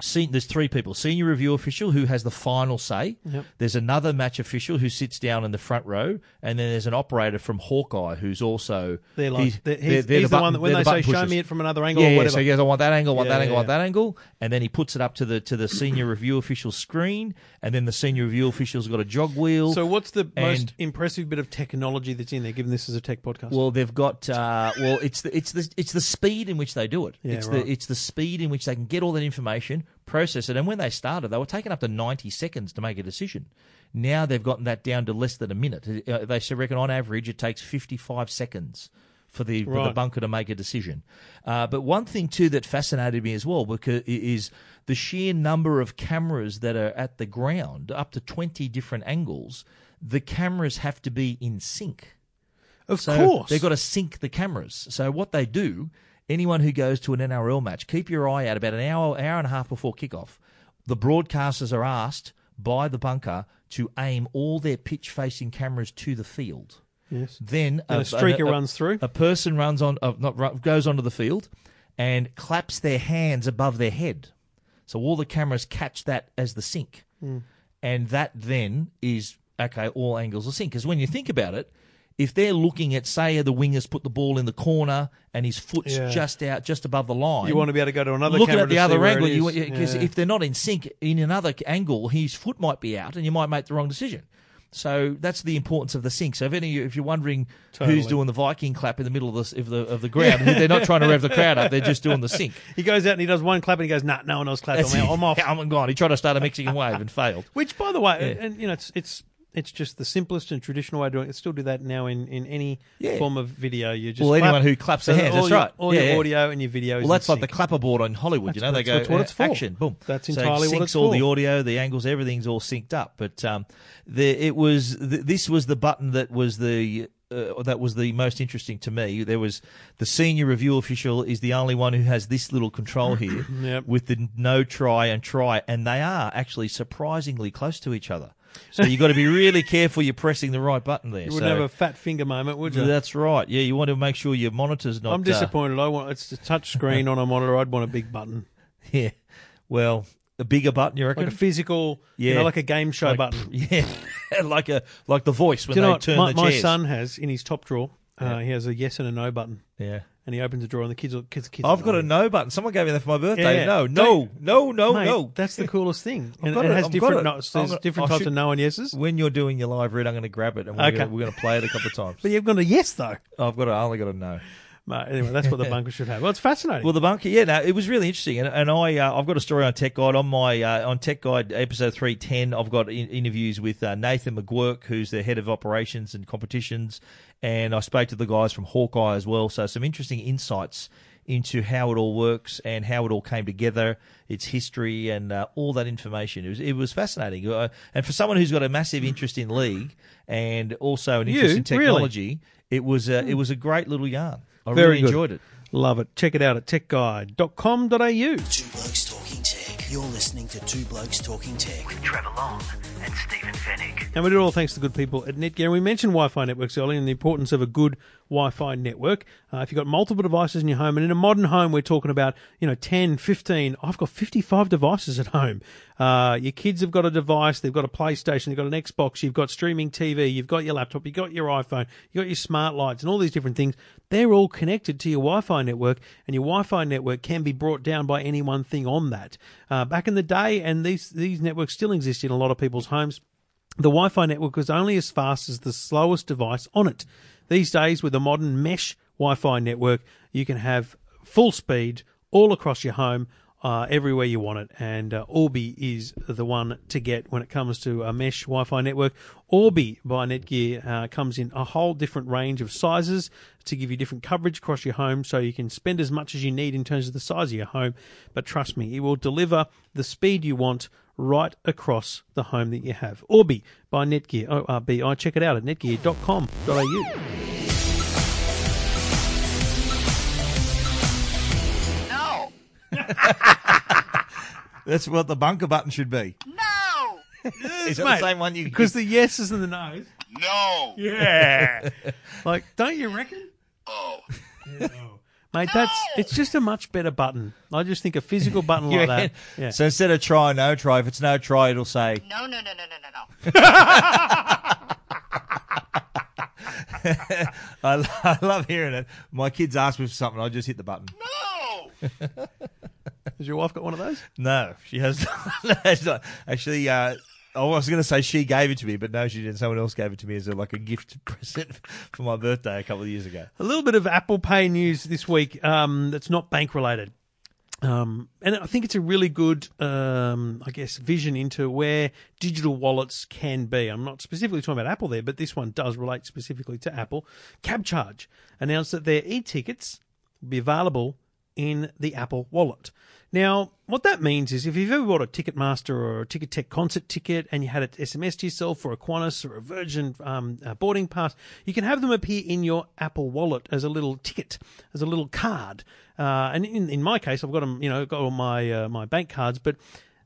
B: Sen- there's three people: senior review official who has the final say.
A: Yep.
B: There's another match official who sits down in the front row, and then there's an operator from Hawkeye who's also
A: They're like,
B: he's-
A: they're, he's,
B: they're- they're
A: he's the, one
B: button-
A: that when
B: they're
A: they
B: the
A: say,
B: button
A: show
B: pushers."
A: me it from another angle
B: Yeah,
A: or
B: yeah,
A: whatever.
B: so he goes, I want that angle, I want
A: Yeah,
B: that angle, I want
A: yeah.
B: that angle, and then he puts it up to the to the senior review official's screen, and then the senior review official's got a jog wheel.
A: So what's the most
B: And-
A: impressive bit of technology that's in there? Given this is a tech podcast,
B: Well, they've got. Uh, well, it's the it's the it's the speed in which they do it.
A: Yeah,
B: it's
A: right.
B: the it's the speed in which they can get all that information, process it, and when they started, they were taking up to ninety seconds to make a decision. Now they've gotten that down to less than a minute. Uh, They should reckon on average it takes fifty five seconds for the, for the
A: Right.
B: bunker to make a decision. Uh, but one thing too that fascinated me as well because is the sheer number of cameras that are at the ground, up to twenty different angles. The cameras have to be in sync.
A: of
B: So
A: course,
B: they've got to sync the cameras. So what they do, anyone who goes to an NRL match, keep your eye out about an hour, hour and a half before kickoff. The broadcasters are asked by the bunker to aim all their pitch facing cameras to the field.
A: yes.
B: Then
A: And a streaker runs through.
B: A person runs on, uh, not ru- goes onto the field, and claps their hands above their head. So all the cameras catch that as the sync,
A: Hmm.
B: and that then is okay. All angles are sync because when you think about it, if they're looking at say the winger's put the ball in the corner and his foot's
A: Yeah.
B: just out, just above the line,
A: You want to be able to go to another
B: looking
A: camera
B: at the
A: to see
B: other
A: where it
B: angle, you
A: is.
B: because
A: Yeah.
B: if they're not in sync in another angle, his foot might be out, and you might make the wrong decision. So that's the importance of the sync. So if any, if you're wondering who's
A: Totally.
B: doing the Viking clap in the middle of the of the, of the ground, they're not trying to rev the crowd up; they're just doing the sync.
A: he goes out and he does one clap and he goes, "Nah, no one else clapped. I'm, out. I'm off."
B: I'm gone. He tried to start a Mexican wave and failed.
A: Oh, Which, by the way,
B: Yeah.
A: and you know, it's it's it's just the simplest and traditional way of doing it. Still do that now in in any
B: Yeah.
A: form of video. You just
B: Well,
A: clap.
B: anyone who claps their
A: that
B: hands,
A: all
B: that's
A: your-
B: right.
A: All
B: Yeah,
A: your
B: yeah.
A: audio and your video.
B: Well, that's like the clapperboard on Hollywood. You know, they
A: That's-
B: go
A: that's what it's for.
B: uh, action, boom.
A: That's
B: So it
A: entirely what
B: syncs
A: it's
B: all
A: for.
B: the audio, the angles, everything's all synced up. But um, the, it was th- this was the button that was the. Uh, that was the most interesting to me. There was the senior review official is the only one who has this little control here
A: Yep.
B: with the no try and try, and they are actually surprisingly close to each other. So you've got to be really careful you're pressing the right button there.
A: You wouldn't
B: so
A: have a fat finger moment, would you?
B: that's right. Yeah, you want to make sure your monitor's not.
A: I'm
B: uh,
A: disappointed. I want it's a touch screen on a monitor. I'd want a big button,
B: yeah. Well, a bigger button, you reckon?
A: like a physical, you
B: Yeah.
A: know, like a game show
B: Like-
A: button.
B: yeah, like a like the voice when
A: Do you
B: they
A: know what?
B: turn
A: My,
B: the
A: my
B: chairs.
A: son has in his top drawer. Uh, he has a yes and a no button,
B: Yeah.
A: and he opens the drawer, and the kids, will- kids, kids.
B: I've
A: will
B: got
A: know.
B: a no button. Someone gave me that for my
A: Yeah,
B: birthday.
A: yeah.
B: No, no,
A: Don't-
B: no, no,
A: Mate,
B: no.
A: That's the coolest thing. And
B: got
A: it
B: it,
A: has
B: I've got
A: different
B: it.
A: notes.
B: I've
A: There's
B: got-
A: different
B: I
A: types of
B: should-
A: no and yeses.
B: When you're doing your live read, I'm going to grab it and we're
A: Okay.
B: going to play it a couple of times.
A: But you've got a yes though.
B: I've got. A, I only got a no.
A: Mate, anyway, that's what the bunker should have. Well, it's fascinating.
B: Well, the bunker, yeah, no, it was really interesting, and, and I, uh, I've got a story on Tech Guide on my uh, on Tech Guide episode three ten. I've got in- interviews with uh, Nathan McGuirk, who's the head of operations and competitions, and I spoke to the guys from Hawkeye as well. So some interesting insights into how it all works and how it all came together, its history, and uh, all that information. It was it was fascinating, uh, and for someone who's got a massive interest in league and also an interest
A: You?
B: in
A: Really?
B: technology, it was a, it was a great little yarn. I
A: Very
B: really
A: good.
B: enjoyed it.
A: Love it. Check it out at techguide.com.au.
C: Two Blokes Talking Tech. You're listening to Two Blokes Talking Tech.
E: with Trevor Long and Stephen Fennick.
A: And we do it all thanks to the good people at Netgear. We mentioned Wi-Fi networks earlier and the importance of a good Wi-Fi network. Uh, if you've got multiple devices in your home, and in a modern home, we're talking about, you know, 10, 15, I've got 55 devices at home. Uh, your kids have got a device, they've got a PlayStation, they've got an Xbox, you've got streaming TV, you've got your laptop, you've got your iPhone, you've got your smart lights and all these different things. They're all connected to your Wi-Fi network and your Wi-Fi network can be brought down by any one thing on that. Uh, back in the day, and these, these networks still exist in a lot of people's homes, the Wi Fi network was only as fast as the slowest device on it. These days, with a modern mesh Wi Fi network, you can have full speed all across your home, uh, everywhere you want it. And uh, Orbi is the one to get when it comes to a mesh Wi Fi network. Orbi by Netgear uh, comes in a whole different range of sizes to give you different coverage across your home so you can spend as much as you need in terms of the size of your home. But trust me, it will deliver the speed you want right across the home that you have. Orbi by Netgear, O R B I. Check it out at netgear.com.au.
E: No!
B: That's what the bunker button should be.
E: No!
B: Is that
A: mate,
B: the same one you
A: Because the yes is in the nose.
E: No!
A: Yeah. like, don't you reckon?
E: Oh.
A: Mate, that's it's just a much better button. I just think a physical button like that. Yeah.
B: So instead of try, no try. If it's no try, it'll say
E: No, no, no, no, no, no, no.
B: I, lo- I love hearing it. My kids ask me for something, I just hit the button.
E: No!
A: Has your wife got one of those?
B: No, she has. no, it's not. Actually, uh, I was going to say she gave it to me, but no, she didn't. Someone else gave it to me as a, like a gift present for my birthday a couple of years ago.
A: A little bit of Apple Pay news this week um, that's not bank related. Um, and I think it's a really good, um, I guess, vision into where digital wallets can be. I'm not specifically talking about Apple there, but this one does relate specifically to Apple. CabCharge announced that their e tickets will be available in the Apple Wallet. Now, what that means is if you've ever bought a Ticketmaster or a Ticket Tech concert ticket and you had it SMS to yourself or a Qantas or a Virgin um, uh boarding pass, you can have them appear in your Apple Wallet as a little ticket, as a little card. Uh, and in, in my case, I've got them, you know, got all my uh, my bank cards, but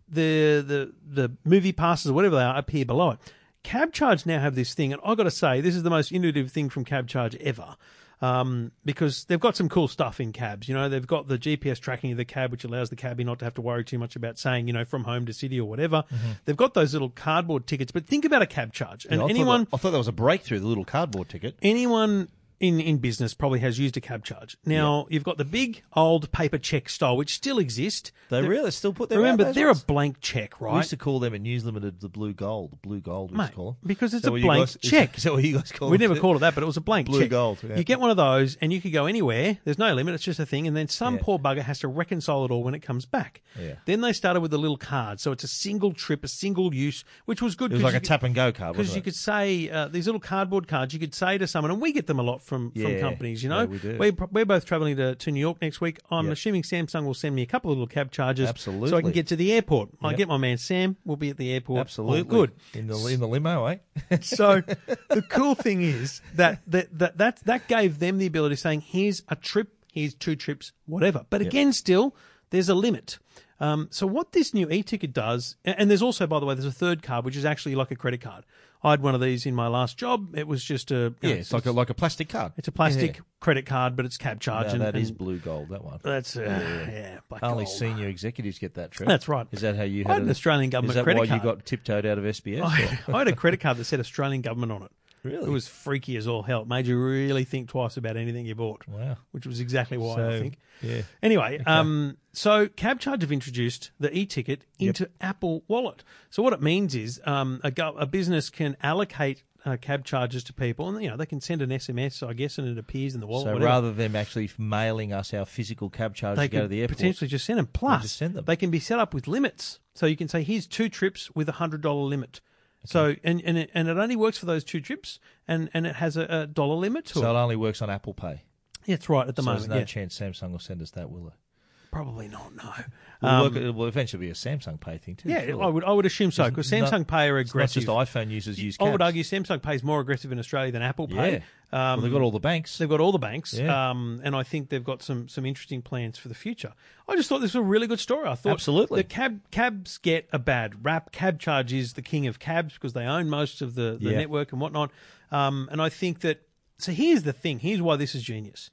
A: the the the movie passes or whatever they are appear below it. Cab Charge now have this thing, and I got to say, this is the most innovative thing from Cab Charge ever. Um, because they've got some cool stuff in cabs. You know, they've got the GPS tracking of the cab, which allows the cabbie not to have to worry too much about saying, you know, from home to city or whatever.
B: Mm-hmm.
A: They've got those little cardboard tickets, but think about a cab charge. And
B: I thought
A: anyone
B: that- I thought that was a breakthrough, the little cardboard ticket.
A: anyone in, in business probably has used a cab charge. Now you've got the big old paper check style, which still exist.
B: They
A: They're-
B: really still put them out,
A: remember
B: those
A: they're
B: ones.
A: a blank check,
B: We used
A: right?
B: to call them at News Limited the blue gold. The blue gold, we used
A: Mate,
B: to call it.
A: because it's
B: Is that
A: a
B: what you
A: blank
B: guys- is-
A: check.
B: Is that what you guys call
A: We
B: them?
A: never called it that, but it was a blank
B: Blue
A: check.
B: gold, yeah.
A: You get one of those, and you could go anywhere. There's no limit; it's just a thing. And then some
B: Yeah.
A: poor bugger has to reconcile it all when it comes back.
B: Yeah.
A: Then they started with a little card, so it's a single trip, a single use, which was good.
B: It was
A: 'cause
B: like
A: you
B: a
A: could-
B: tap and go card,
A: because
B: wasn't
A: you
B: it?
A: could say uh, these little cardboard cards. You could say to someone, and we get them a lot from, from
B: Yeah.
A: companies. You know,
B: Yeah, we do.
A: We're, pro- we're both traveling to, to New York next week. I'm
B: Yep.
A: assuming Samsung will send me a couple of little cab charges, so I can
B: Absolutely.
A: get to the airport. I
B: Yep.
A: get my man Sam. We'll be at the airport. All
B: Absolutely.
A: good.
B: In the, in the limo, eh?
A: So the cool thing is that that, that that that gave them the ability of saying, here's a trip, here's two trips, whatever. But again, still, there's a limit. Um, so what this new e-ticket does, a- and there's also, by the way, there's a third card which is actually like a credit card. I had one of these in my last job. It was just a you know,
B: Yeah, it's like a, like a plastic card.
A: it's a plastic
B: Yeah.
A: credit card, but it's cab charge.
B: No,
A: and,
B: that
A: and
B: is blue gold. That one.
A: That's uh, yeah. black
B: Only
A: gold.
B: senior executives get that. Trip.
A: That's right.
B: Is that how you
A: I
B: had
A: had an
B: it?
A: Australian government
B: Is that
A: credit
B: why
A: card.
B: you got tiptoed out of SBS?
A: I,
B: or-
A: I had a credit card that said Australian government on it.
B: Really?
A: It was freaky as all hell. It made you really think twice about anything you bought.
B: Wow.
A: Which was exactly why I
B: So,
A: think.
B: yeah.
A: Anyway, um, so CabCharge have introduced the e-ticket into Apple Wallet. So what it means is um, a, go- a business can allocate uh, cab charges to people, and you know they can send an SMS, I guess, and it appears in the wallet.
B: so
A: whatever.
B: rather than actually mailing us our physical cab charge
A: they
B: to go to
A: could
B: the airport,
A: potentially just send them. Plus,
B: just send them.
A: they can be set up with limits. So you can say, here's two trips with a hundred dollar limit. So and and it, and it only works for those two trips, and and it has a, a dollar limit to
B: so it
A: it.
B: only works on Apple Pay.
A: Yeah, it's right at the
B: so
A: moment.
B: there's no
A: yeah.
B: chance Samsung will send us that, will it?
A: Probably not. No.
B: Well,
A: Um,
B: look, it will eventually be a Samsung Pay thing too.
A: yeah,
B: surely.
A: I would I would assume so because
B: It's not-
A: Samsung Pay are
B: It's not
A: aggressive.
B: just iPhone users use.
A: I would
B: cabs.
A: argue Samsung Pay is more aggressive in Australia than Apple Pay. Um,
B: Yeah. Well, they've got all the banks.
A: They've got all the banks,
B: Yeah.
A: um, and I think they've got some some interesting plans for the future. I just thought this was a really good story. I thought
B: Absolutely.
A: the cab cabs get a bad rap. Cab charge is the king of cabs because they own most of the, the
B: Yeah.
A: network and whatnot. Um, and I think that so here's the thing. Here's why this is genius.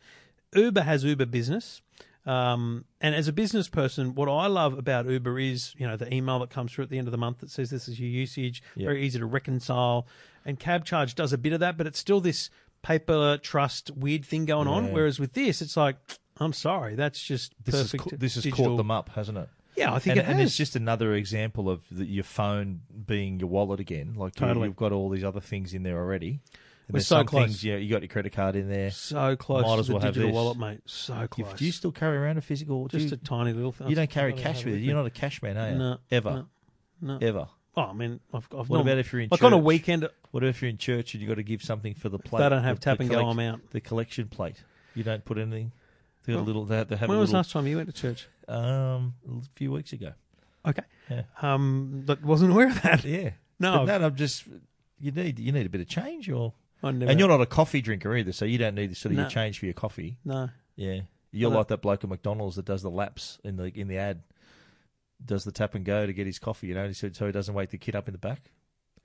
A: Uber has Uber Business. Um, and as a business person, what I love about Uber is, you know, the email that comes through at the end of the month that says this is your usage, very easy to reconcile. And cab charge does a bit of that, but it's still this paper trust weird thing going on. Whereas with this, it's like, I'm sorry, that's just
B: This has,
A: perfect.
B: ca- this has
A: digital-
B: caught them up, hasn't it?
A: Yeah, I think
B: and,
A: it
B: and
A: has.
B: it's just another example of the, your phone being your wallet again. Like you-
A: Totally.
B: you've got all these other things in there already. And
A: We're
B: there's
A: so
B: some
A: close.
B: Things, yeah, you got your credit card in there.
A: so close
B: Might
A: to
B: as
A: the
B: well have
A: digital
B: this.
A: wallet, mate. So
B: If-
A: close.
B: do you still carry around a physical? do
A: just
B: you,
A: a tiny little thing.
B: you don't carry
A: I
B: cash
A: have
B: with you.
A: it
B: You're not a cash man, are you?
A: No,
B: Ever.
A: no, no.
B: Ever.
A: Oh, I mean, I've, I've
B: What
A: not-
B: about if you're in
A: like on a
B: church?
A: weekend?
B: What if you're in church and you've got to give something for the plate?
A: don't have
B: the-
A: tap
B: the
A: and go, I'm out.
B: The collection plate. You don't put anything. They got a little. They have, they have
A: When
B: a
A: was
B: little.
A: last time you went to church?
B: Um, a few weeks ago.
A: Okay,
B: Yeah.
A: um, but wasn't aware of that.
B: Yeah.
A: No.
B: But no, I'm just. You need you need a bit of change, or
A: I never,
B: and you're not a coffee drinker either, so you don't need sort of
A: No.
B: your change for your coffee.
A: no.
B: Yeah, you're
A: Well,
B: like that bloke at McDonald's that does the laps in the in the ad, does the tap and go to get his coffee, you know, so, so he doesn't wake the kid up in the back.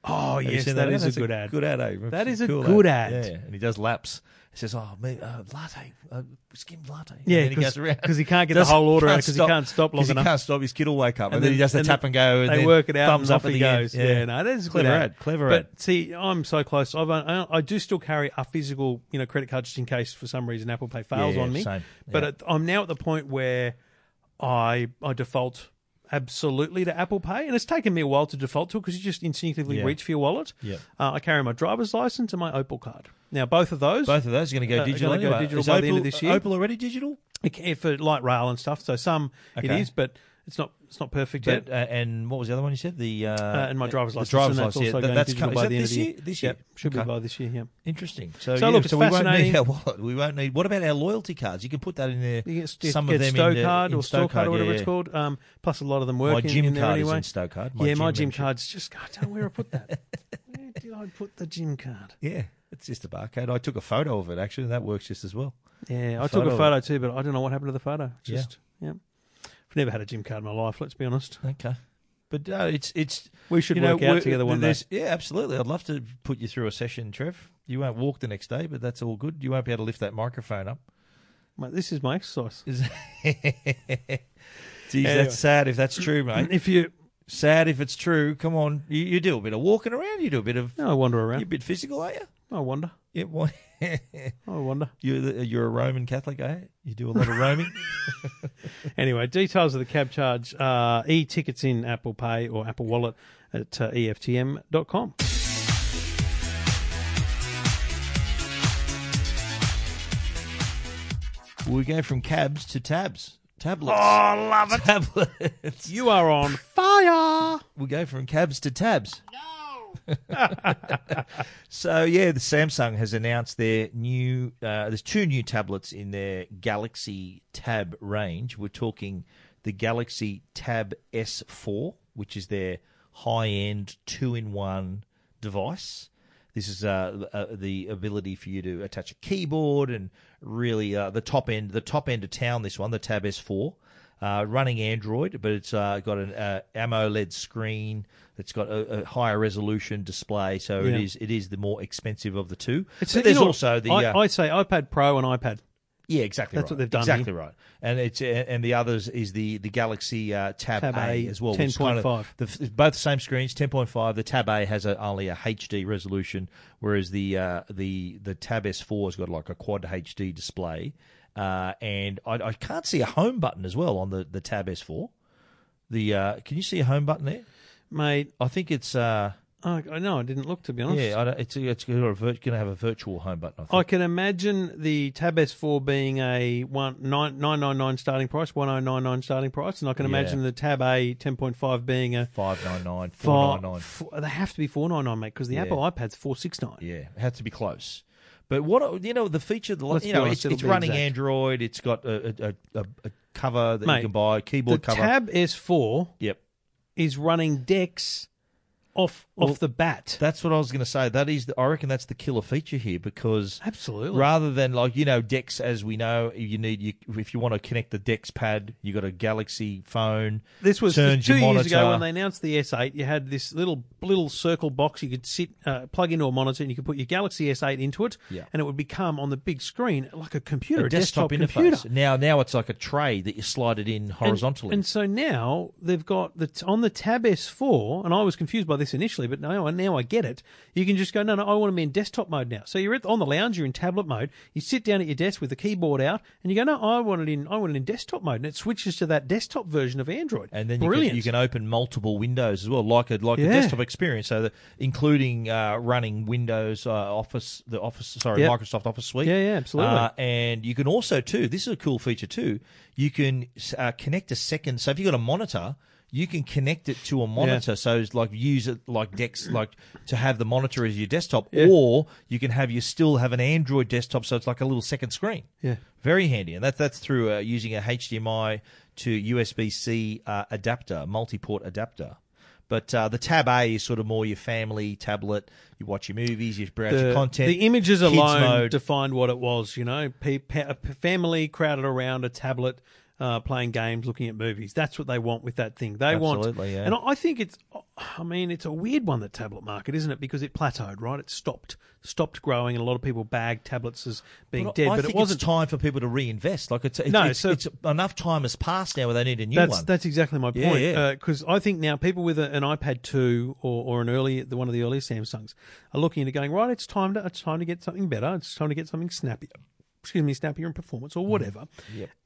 A: Oh
B: Have you
A: yes,
B: seen
A: that is
B: That's
A: a good ad.
B: Good ad. eh?
A: That
B: It's
A: is a
B: cool
A: good ad.
B: Yeah, and he does laps. He says, "Oh, me, uh, latte, uh, skimmed latte."
A: Yeah,
B: and then he goes around
A: because he can't get the whole order out because he
B: stop-
A: can't stop long
B: 'cause he
A: enough.
B: can't stop. His kid will wake up, and, then, he does the tap
A: then
B: and go. And
A: they
B: then
A: work it out.
B: Thumbs
A: and
B: up
A: off
B: at
A: he
B: the end.
A: goes. Yeah. no, that is a good
B: Clever ad, clever
A: but
B: ad.
A: see, I'm so close. I've I, I do still carry a physical, you know, credit card just in case for some reason Apple Pay fails
B: Yeah,
A: on me.
B: same.
A: But
B: Yeah.
A: at, I'm now at the point where I I default absolutely to Apple Pay, and it's taken me a while to default to it because you just instinctively
B: Yeah.
A: reach for your wallet.
B: Yeah.
A: Uh, I carry my driver's license and my Opal card. Now both of those,
B: Both of those are going to
A: Uh,
B: go
A: they're
B: digital.
A: gonna go
B: anyway.
A: digital
B: Is
A: by the end of
B: Opal-
A: this year.
B: Opal already digital.
A: Okay, for light rail and stuff. So some it
B: Okay.
A: is, but it's not it's not perfect yet.
B: But, uh, and what was the other one you said? The uh,
A: uh, and my driver's
B: the
A: license.
B: driver's
A: and that's
B: license, yeah.
A: also
B: That-
A: going
B: that's
A: digital
B: co- is
A: by
B: that
A: the end
B: this
A: of the year.
B: year? This
A: Yep,
B: year?
A: should be
B: Okay.
A: by this year. Yeah,
B: Interesting. So,
A: So,
B: yeah,
A: look, it's
B: so we won't need
A: fascinating.
B: our wallet. We won't need. What about our loyalty cards? You can put that in there.
A: you get, st-
B: some
A: get
B: of them
A: Stow
B: in the,
A: card
B: in
A: or
B: Stow
A: Store card or whatever
B: yeah,
A: it's
B: yeah.
A: called. Um, plus a lot of them work
B: My
A: in,
B: gym
A: in there
B: card
A: anyway.
B: is in Stow card.
A: yeah, my gym
B: membership.
A: card's just. God, I don't know where I put that. where did I put the gym card?
B: Yeah, it's just a barcode. I took a photo of it actually, and that works just as well.
A: Yeah,
B: A
A: I took a
B: photo.
A: photo too, but I don't know what happened to the photo.
B: Yeah.
A: Just yeah. I've never had a gym card in my life. Let's be honest.
B: Okay. But no, it's it's
A: We should
B: you
A: work
B: know,
A: out
B: we're-
A: together one day.
B: there's- Yeah, absolutely. I'd love to put you through a session, Trev. You won't walk the next day, but that's all good. You won't be able to lift that microphone up.
A: Mate, this is my exercise.
B: Is- Geez, that's sad if that's true, mate.
A: If you,
B: Sad if it's true. Come on, you, you do a bit of walking around. You do a bit of.
A: no, I wander
B: You're a
A: around.
B: bit physical, are you?
A: I wonder.
B: Yeah, well,
A: I wonder.
B: you're the- you're a Roman Catholic, eh? You do a lot of roaming.
A: Anyway, details of the cab charge are e tickets in Apple Pay or Apple Wallet at uh, EFTM.com.
B: we go from cabs to tabs, tablets.
A: love
B: Tablets.
A: You are on fire.
B: We go from cabs to tabs.
E: No.
B: So yeah, the Samsung has announced their new. Uh, there's two new tablets in their Galaxy Tab range. We're talking the Galaxy Tab S4, which is their high-end two-in-one device. This is uh, uh, the ability for you to attach a keyboard and really uh, the top end, the top end of town. This one, the Tab S4. Uh, running Android, but it's uh, got an uh, AMOLED screen. It's got a, a higher resolution display, so
A: Yeah.
B: it is it is the more expensive of the two.
A: It's-
B: but there's
A: you know,
B: also the
A: I,
B: uh,
A: I say iPad Pro and iPad.
B: yeah, exactly.
A: That's
B: right.
A: what they've done
B: Exactly
A: here.
B: right. And it's and the others is the the Galaxy uh, Tab,
A: Tab
B: A,
A: A,
B: as well. which is kind of-
A: 10.5.
B: the- it's both the same screens, ten point five. The Tab A has a, only a HD resolution, whereas the uh, the the Tab S four has got like a quad HD display. Uh, and I, I can't see a home button as well on the, the Tab S four. The uh, can you see a home button there?
A: Mate,
B: I think it's uh,
A: I I know I didn't look to be honest.
B: yeah, I don't, it's it's going to have a virtual home button. I think.
A: I can imagine the Tab S4 being a one nine nine nine nine starting price, one oh nine nine starting price, and I can
B: Yeah.
A: imagine the Tab A ten point five being a
B: Five nine nine four
A: four.
B: nine nine.
A: four- they have to be four nine nine, mate, because the
B: Yeah.
A: Apple iPad's four six nine.
B: Yeah, it had to be close. But what you know, the feature, the
A: Let's
B: you
A: be
B: know,
A: honest,
B: it's,
A: it'll
B: it's
A: be
B: running
A: exact.
B: Android. It's got a, a, a, a cover that
A: Mate,
B: you can buy, a
A: The
B: keyboard cover.
A: Tab S4
B: yep,
A: is running Dex off off the bat.
B: that's what I was going to say. That is, the, I reckon, that's the killer feature here because
A: Absolutely.
B: rather than like you know, Dex, as we know, you need you if you want to connect the Dex pad, you got a Galaxy phone.
A: This was
B: turns
A: two
B: your
A: years ago
B: monitor.
A: when they announced the S8. You had this little little circle box you could sit, uh, plug into a monitor, and you could put your Galaxy S8 into it,
B: Yeah.
A: and it would become on the big screen like a computer,
B: a desktop,
A: computer.
B: interface. Now, now it's like a tray that you slide it in
A: And-
B: horizontally.
A: And, so now they've got the t- on the Tab S4, and I was confused by this initially, but now I now I get it. You can just go, no, no, I want to be in desktop mode now. So you're at, on the lounge, you're in tablet mode. You sit down at your desk with the keyboard out, and you go, no, I want it in, I want it in desktop mode, and it switches to that desktop version of Android.
B: and then you
A: brilliant.
B: can, you can open multiple windows as well, like a like
A: Yeah.
B: a desktop experience. So, the, including uh, running Windows uh, Office, the Office, sorry,
A: Yep.
B: Microsoft Office suite.
A: Yeah, yeah, absolutely.
B: Uh, and you can also too. This is a cool feature too. You can uh, connect a second. So if you've got a monitor. You can connect it to a monitor, so it's like use it like Dex, like to have the monitor as your desktop, or you can have you still have an Android desktop, so it's like a little second screen.
A: Yeah.
B: Very handy, and that, that's through uh, using a HDMI to USB C uh, adapter, multi port adapter. But uh, the Tab A is sort of more your family tablet. You watch your movies, you browse your content.
A: The images
B: kids
A: alone
B: mode.
A: defined what it was. You know, Pe- pa- a p- family crowded around a tablet, uh, playing games, looking at movies. That's what they want with that thing. They want,
B: Absolutely, yeah.
A: and I I think it's. I mean, it's a weird one the tablet market, isn't it? Because it plateaued, right? It stopped, stopped growing, and a lot of people bagged tablets as being
B: But
A: dead.
B: I
A: but
B: think
A: it wasn't.
B: it's time for people to reinvest. Like it's, it's,
A: No,
B: it's,
A: so-
B: it's enough time has passed now where they need a new
A: that's
B: one.
A: that's exactly my
B: Yeah,
A: point.
B: yeah.
A: Because I think now people with a, an iPad two or, or an early the one of the earlier Samsungs are looking into going right. It's time to it's time to get something better. It's time to get something snappier. Excuse me, snappier in performance
B: Mm-hmm.
A: or whatever.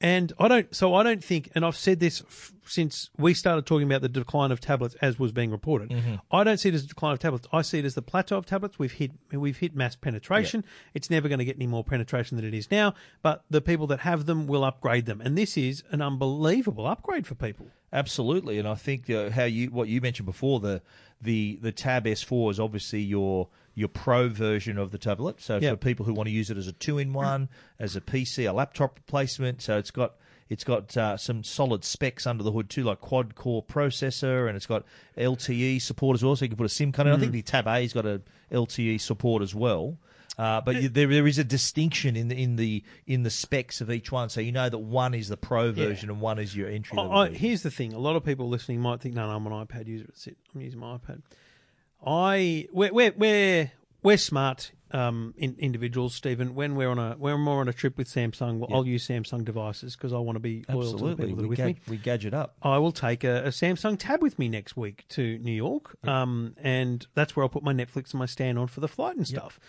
A: And I don't. So I don't think. And I've said this f- since we started talking about the decline of tablets, as was being reported.
B: Mm-hmm.
A: I don't see it as a decline of tablets. I see it as the plateau of tablets. We've hit we've hit mass penetration. It's never going to get any more penetration than it is now. But the people that have them will upgrade them, and this is an unbelievable upgrade for people.
B: Absolutely, and I think uh, how you what you mentioned before the the the Tab S4 is obviously your your pro version of the tablet. So
A: Yeah.
B: for people who want to use it as a two in one, as a PC, a laptop replacement, so it's got it's got uh, some solid specs under the hood too, like quad core processor, and it's got LTE support as well. So you can put a SIM card in. I
A: Mm.
B: think the Tab A's got a LTE support as well. Uh, but you, there, there is a distinction in the, in the in the specs of each one, so you know that one is the pro version and one is your entry level.
A: I, I,
B: version.
A: here's the thing: a lot of people listening might think, "No, no, I'm an iPad user. That's it. I'm using my iPad." I we're we're we're, we're smart um, in, individuals, Stephen. When we're on a we're more on a trip with Samsung, well, I'll use Samsung devices because I want to be loyal to the
B: Absolutely,
A: people that
B: we,
A: are with
B: gad-
A: me.
B: we gadget up.
A: I will take a, a Samsung tab with me next week to New York, um, and that's where I'll put my Netflix and my stand on for the flight and stuff.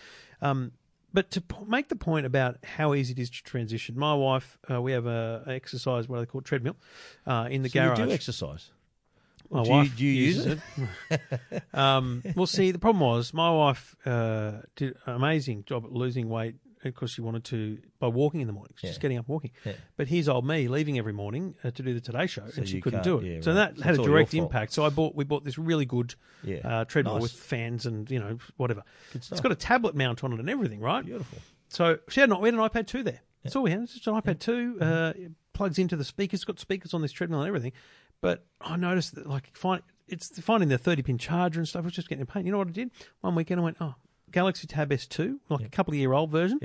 A: Um, but to p- make the point about how easy it is to transition, my wife, uh, we have a a exercise, what are they called, treadmill, uh, in the
B: So
A: garage.
B: you do exercise.
A: my
B: do you-
A: wife
B: do you use
A: uses it. um, well, see, the problem was my wife uh, did an amazing job at losing weight because she wanted to by walking in the mornings, just
B: Yeah.
A: getting up and walking.
B: Yeah.
A: But here's old me leaving every morning uh, to do the Today Show, and she
B: you
A: couldn't do
B: can't-
A: it.
B: yeah,
A: so
B: right.
A: that
B: So
A: had
B: it's
A: a
B: all your
A: direct
B: fault.
A: impact. So I bought we bought this really good
B: Yeah.
A: uh, treadmill
B: Nice.
A: with fans and you know whatever. It's got a tablet mount on it and everything, right?
B: Beautiful.
A: So she had an, we had an iPad 2 there. That's all we had. It's just an iPad
B: Mm-hmm.
A: 2. Uh, it plugs into the speakers. It's got speakers on this treadmill and everything. But I noticed that, like, find, it's finding the 30 pin charger and stuff was just getting a pain. You know what I did? One weekend I went, oh, Galaxy Tab S2, like a couple of year old version.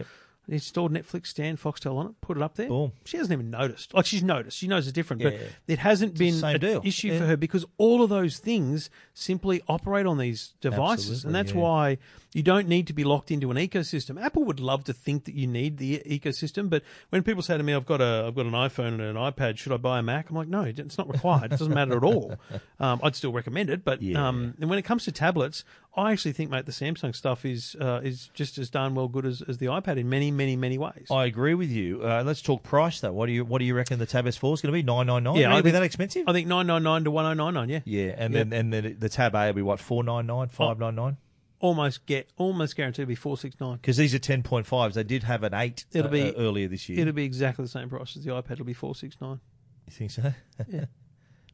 A: They installed Netflix, Stan Foxtel on it, put it up there.
B: Boom.
A: She hasn't even noticed. Like she's noticed. She knows the difference,
B: Yeah.
A: but it hasn't been
B: the same
A: an
B: deal.
A: issue
B: Yeah.
A: for her because all of those things simply operate on these devices. and
B: Absolutely,
A: that's
B: yeah.
A: why you don't need to be locked into an ecosystem. Apple would love to think that you need the e- ecosystem, but when people say to me, I've got a I've got an iPhone and an iPad, should I buy a Mac? I'm like, no, it's not required. It doesn't matter at all. Um, I'd still recommend it, but
B: Yeah.
A: um, and when it comes to tablets, I actually think, mate, the Samsung stuff is uh, is just as darn well good as, as the iPad in many, many, many ways.
B: I agree with you. Uh, let's talk price though. What do you What do you reckon the Tab S4 is going to be? Nine nine nine.
A: Yeah, I
B: it'll be
A: think-
B: that expensive.
A: I think nine nine nine to one oh nine nine, yeah.
B: yeah, Oh. and
A: Yeah.
B: then and then the Tab A will be what four nine nine five nine nine.
A: Almost get almost guaranteed to be four six nine.
B: Because these are ten point fives. They did have an eight
A: It'll
B: uh,
A: be-
B: uh, earlier this year.
A: It'll be exactly the same price as the iPad. It'll be four six nine.
B: you think so?
A: Yeah.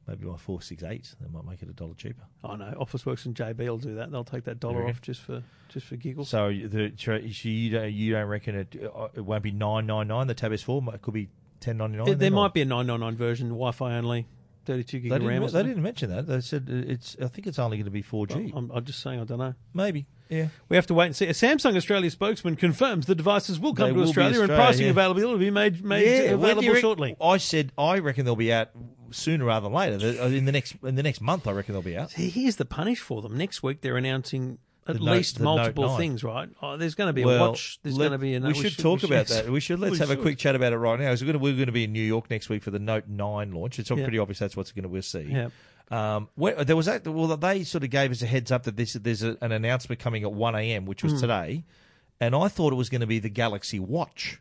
B: Maybe by four six eight. That might make it a dollar cheaper.
A: I know. Officeworks and JB will do that. They'll take that dollar
B: Okay.
A: off just for just for giggles.
B: So the tr- so you don't you don't reckon it uh, it won't be nine nine nine? The Tab S4 it could be ten ninety nine.
A: there there might be a nine nine nine version, Wi-Fi only, thirty two gig
B: They
A: of RAM. or
B: didn't, they
A: something.
B: didn't mention that. They said uh, it's. I think it's only going to be four G.
A: I'm, I'm just saying. I don't know.
B: Maybe. Yeah.
A: We have to wait and see. A Samsung Australia spokesman confirms the devices will come
B: They
A: to
B: will be
A: Australia, and
B: Australia,
A: pricing
B: yeah.
A: availability will be made, made
B: when do you
A: available
B: reckon-
A: shortly.
B: I said I reckon they'll be out sooner rather than later. The- uh, In the next in the next month, I reckon they'll be out.
A: Here's the punish for them. Next week they're announcing at
B: The Note-
A: least
B: the Note
A: multiple
B: 9.
A: things, right? Oh, there's going to be a watch. There's
B: let-
A: going to be a.
B: we, should talk about that. We should let's
A: we
B: have a
A: should.
B: quick chat about it right now. 'cause We're going to, we're going to be in New York next week for the Note Nine launch. It's all
A: Yeah.
B: pretty obvious that's what's going to we'll see.
A: Yeah.
B: Um, where, there was that. Well, they sort of gave us a heads up that this there's a, an announcement coming at one a.m., which was
A: Hmm.
B: today, and I thought it was going to be the Galaxy Watch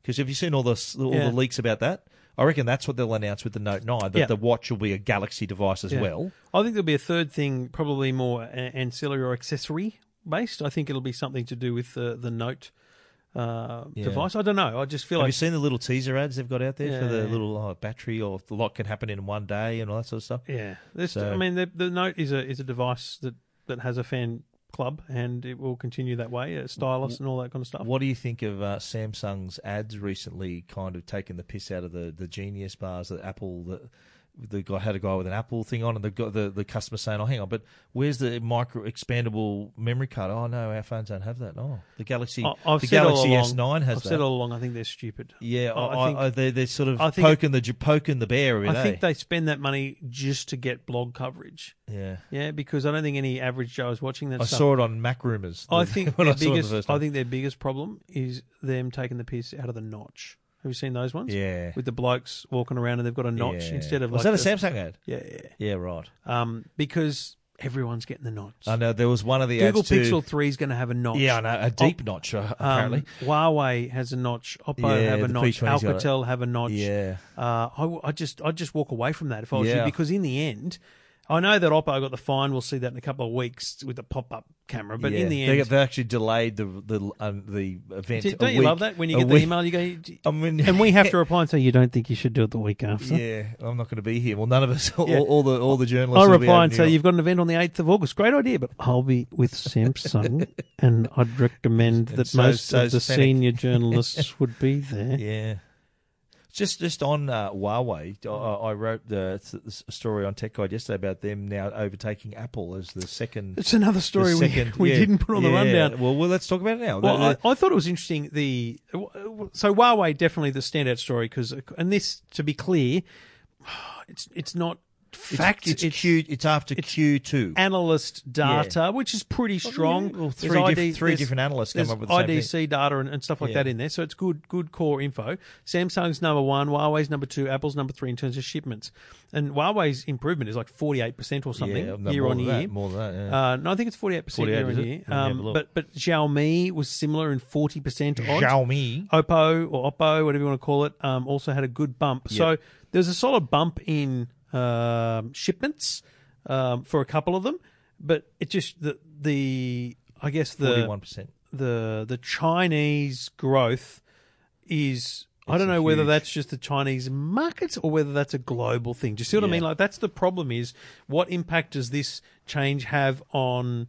B: because have you seen all the s- all
A: Yeah.
B: the leaks about that? I reckon that's what they'll announce with the Note Nine that
A: Yeah.
B: the watch will be a Galaxy device as
A: Yeah.
B: well.
A: I think there'll be a third thing, probably more a- ancillary or accessory based. I think it'll be something to do with the the Note uh, device. I don't know. I just feel
B: Have
A: like
B: you seen the little teaser ads they've got out there for
A: Yeah.
B: the little oh, battery or a lot can happen in one day and all that sort of stuff?
A: Yeah, this,
B: So-
A: I mean, the, the note is a is a device that that has a fan club, and it will continue that way. Uh, stylus and all that kind of stuff.
B: What do you think of uh, Samsung's ads recently? Kind of taking the piss out of the, the Genius bars that Apple the the guy had a guy with an Apple thing on, and the gu- the the customer saying, "Oh, hang on, but where's the micro expandable memory card? Oh no, our phones don't have that. Oh, the Galaxy
A: I, I've
B: the
A: said
B: Galaxy
A: all along,
B: S nine has
A: I've
B: that.
A: said all along. I think they're stupid.
B: yeah, I,
A: I, I think.
B: I- they're, they're sort of
A: I think-
B: poking the poking the bear. Every
A: I
B: day.
A: think they spend that money just to get blog coverage.
B: yeah.
A: Yeah, because I don't think any average Joe is watching that
B: I
A: stuff.
B: saw it on Mac Rumors.
A: I think
B: when
A: their
B: I saw it the first
A: biggest. I
B: time.
A: think their biggest problem is them taking the piss out of the notch. Have you seen those ones?
B: Yeah.
A: with the blokes walking around and they've got a notch
B: Yeah.
A: instead of
B: was
A: like
B: that
A: the-
B: a Samsung ad?
A: Yeah, yeah.
B: Yeah, right.
A: Um, because everyone's getting the notch.
B: I know there was one of the
A: Google
B: ads too.
A: Pixel 3 is going to have a notch.
B: Yeah, I know a deep notch uh,
A: Um,
B: apparently.
A: Huawei has a notch. Oppo
B: Yeah,
A: have a
B: the
A: notch.
B: P20's got it.
A: Alcatel have a notch.
B: yeah,
A: Uh, I, w- I just I just walk away from that if I was you
B: Yeah.
A: because in the end, I know that Oppo got the fine. We'll see that in a couple of weeks with the pop up camera. But in the
B: they,
A: end,
B: they actually delayed the the um, the event.
A: d-
B: a
A: don't you
B: week-
A: love that when you
B: a
A: get the
B: week.
A: email? You go,
B: I mean,
A: and we have to reply and say you don't think you should do it the week after.
B: Yeah, I'm not going to be here. Well, none of us, all,
A: Yeah.
B: all the all the journalists.
A: I
B: will be out
A: reply and
B: in
A: say
B: New
A: you've got an event on the eighth of August. Great idea, but I'll be with Samsung, and I'd recommend that
B: so-
A: most
B: so
A: of the
B: Fennec.
A: senior journalists would be there.
B: York. Yeah. Just just on uh, Huawei, I, I wrote the, s- s- story on Tech Guide yesterday about them now overtaking Apple as the second.
A: It's another
B: the
A: story we,
B: second-
A: we
B: yeah,
A: didn't put on the
B: yeah.
A: rundown.
B: Well, well, let's talk about it now.
A: Well,
B: The-
A: I, I thought it was interesting. The so Huawei definitely the standout story because, and this to be clear, it's it's not
B: the-
A: fact.
B: it's, it's Q. It's after Q two.
A: analyst data, which is pretty strong.
B: Well,
A: There's
B: three diff- three
A: there's-
B: different analysts come
A: there's
B: up with the same
A: IDC data and, and stuff like
B: Yeah.
A: that in there, so it's good good core info. Samsung's number one, Huawei's number two, Apple's number three in terms of shipments, and Huawei's improvement is like forty eight percent or something
B: Yeah, no,
A: year
B: more
A: on
B: than
A: year.
B: that, more than that, yeah.
A: Uh, no, I think it's forty eight percent
B: 48,
A: year
B: is
A: on
B: it?
A: year.
B: Let me have
A: Um,
B: a look.
A: but but Xiaomi was similar in forty percent odds.
B: Xiaomi.
A: Oppo or Oppo, whatever you want to call it, um, also had a good bump. So there's a solid bump in um, shipments um, for a couple of them, but it just the the I guess the
B: Forty-one percent.
A: the the Chinese growth is. I
B: It's
A: don't know
B: a
A: whether
B: huge-
A: that's just the Chinese market or whether that's a global thing. Do you see what I
B: Yeah.
A: mean? Like that's the problem is what impact does this change have on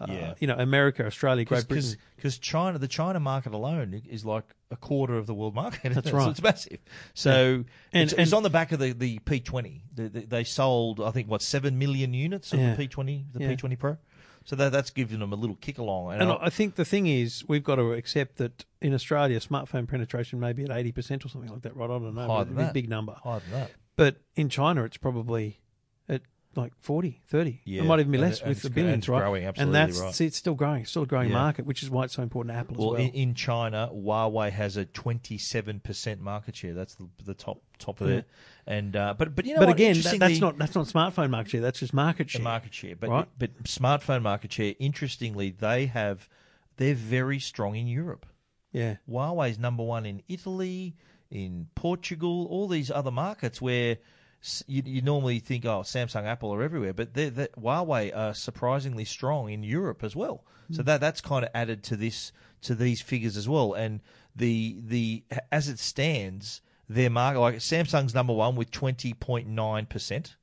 A: uh,
B: Yeah.
A: you know, America, Australia, Great Britain.
B: because China, the China market alone is like a quarter of the world market.
A: That's
B: So
A: right.
B: it's massive. So
A: And-
B: it's, it's
A: and-
B: on the back of the, the P20. The, the, they sold, I think, what seven million units of
A: Yeah.
B: the P20, the
A: Yeah.
B: P20 Pro. So that, that's giving them a little kick along. And
A: And
B: I-
A: I think the thing is, we've got to accept that in Australia, smartphone penetration may be at eighty percent or something like that. Right? I don't know.
B: Higher
A: but
B: than
A: it'd be a
B: that.
A: big number.
B: higher than that.
A: But in China, it's probably at like 40, 30.
B: Yeah.
A: It might even be
B: And
A: less
B: it- and
A: with
B: it's
A: the
B: gr- and
A: billions,
B: it's
A: right?
B: growing,
A: and
B: absolutely
A: that's
B: right.
A: see, it's still growing, still a growing
B: Yeah.
A: market, which is why it's so important to Apple
B: Well,
A: as well.
B: In, in China, Huawei has a twenty-seven percent market share. That's the, the top top of it. And uh, but but you know,
A: but
B: what?
A: again, that,
B: Interestingly-
A: that's not that's not smartphone market share. That's just market share.
B: the market share. But
A: right?
B: but smartphone market share, interestingly, they have they're very strong in Europe.
A: Yeah.
B: Huawei's number one in Italy, in Portugal, all these other markets where s- you, you normally think, oh, Samsung, Apple are everywhere, but they're, they Huawei are surprisingly strong in Europe as well. So that that's kind of added to this to these figures as well. And the the as it stands, their market like Samsung's number one with twenty point nine percent.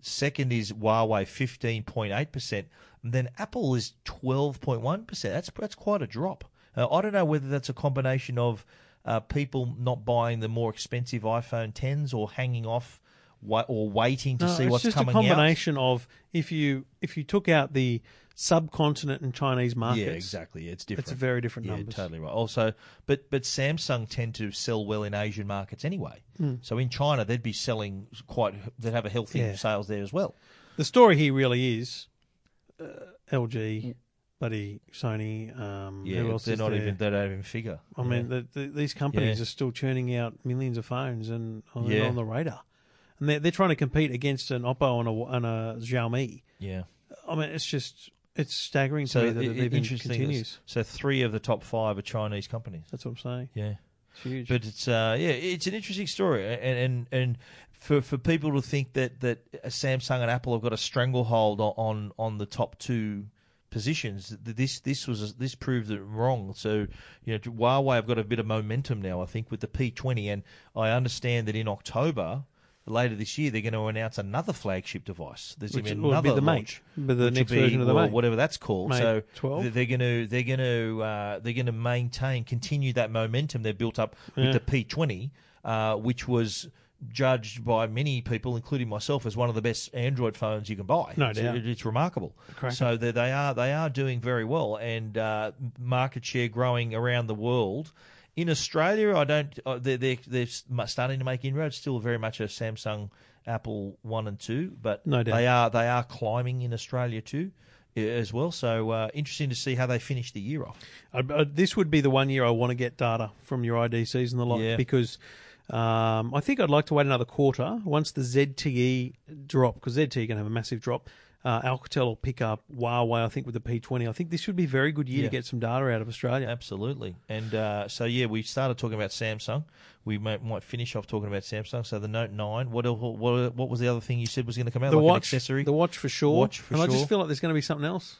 B: Second is Huawei, fifteen point eight percent. And then Apple is twelve point one percent. That's that's quite a drop. Uh, I don't know whether that's a combination of uh, people not buying the more expensive iPhone tens or hanging off wa- or waiting to
A: No,
B: see
A: Uh, it's
B: what's
A: just
B: coming
A: a combination of if you if you took out the subcontinent and Chinese
B: out.
A: markets.
B: Yeah, exactly. It's different.
A: It's a very different
B: yeah,
A: numbers.
B: totally right. Also, but but Samsung tend to sell well in Asian markets anyway. So in China, they'd be selling quite. They'd have a healthy
A: Hmm. Yeah.
B: sales there as well.
A: The story here really is uh, LG, bloody Sony. Um,
B: Yeah,
A: who else
B: they're
A: is
B: not
A: there?
B: even. They don't even figure.
A: I mean, the, the, these companies
B: Yeah.
A: are still churning out millions of phones and are not
B: Yeah.
A: on the radar. And they're, they're trying to compete against an Oppo and a, and a Xiaomi.
B: yeah.
A: I mean, it's just it's staggering to
B: So
A: me that
B: it-
A: it,
B: it-
A: even
B: interesting is-
A: continues.
B: So three of the top five are Chinese companies.
A: That's what I'm saying.
B: Yeah,
A: It's huge.
B: but it's uh, yeah, it's an interesting story, and and and for for people to think that that Samsung and Apple have got a stranglehold on on, on the top two positions, th- this this was this proved it wrong. So you know, Huawei have got a bit of momentum now, I think, with the P20, and I understand that in October. Later this year, they're going to announce another flagship device. There's going
A: Which
B: to be
A: will be
B: another
A: the Mate,
B: launch,
A: but the
B: which will
A: next version of the
B: well,
A: Mate.
B: whatever that's called.
A: Mate
B: so
A: 12?
B: th- they're going to they're going to uh, they're going to maintain continue that momentum they built up with the P20, uh, which was judged by many people, including myself, as one of the best Android phones you can buy.
A: No
B: it's,
A: doubt.
B: it- it's remarkable.
A: Correct.
B: So they, they are they are doing very well, and uh, market share growing around the world. In Australia, I don't. Uh, they're, they're they're s- starting to make inroads. Still very much a Samsung, Apple one and two, but
A: No doubt.
B: they are they are climbing in Australia too, i- as well. So uh, interesting to see how they finish the year off.
A: I, I, uh, this would be the one year I want to get data from your IDCs and the like
B: Yeah.
A: because um, I think I'd like to wait another quarter once the ZTE drop because ZTE going to E have a massive drop. Uh, Alcatel will pick up Huawei, I think, with the P20. I think this would be a very good year
B: Yeah.
A: to get some data out of Australia.
B: Absolutely. And uh, so, yeah, we started talking about Samsung. We might, might finish off talking about Samsung. So the Note 9, what el- what, what was the other thing you said was going to come out?
A: The
B: like
A: watch,
B: an accessory?
A: the watch for sure.
B: Watch for
A: and I
B: sure.
A: just feel like there's going to be something else.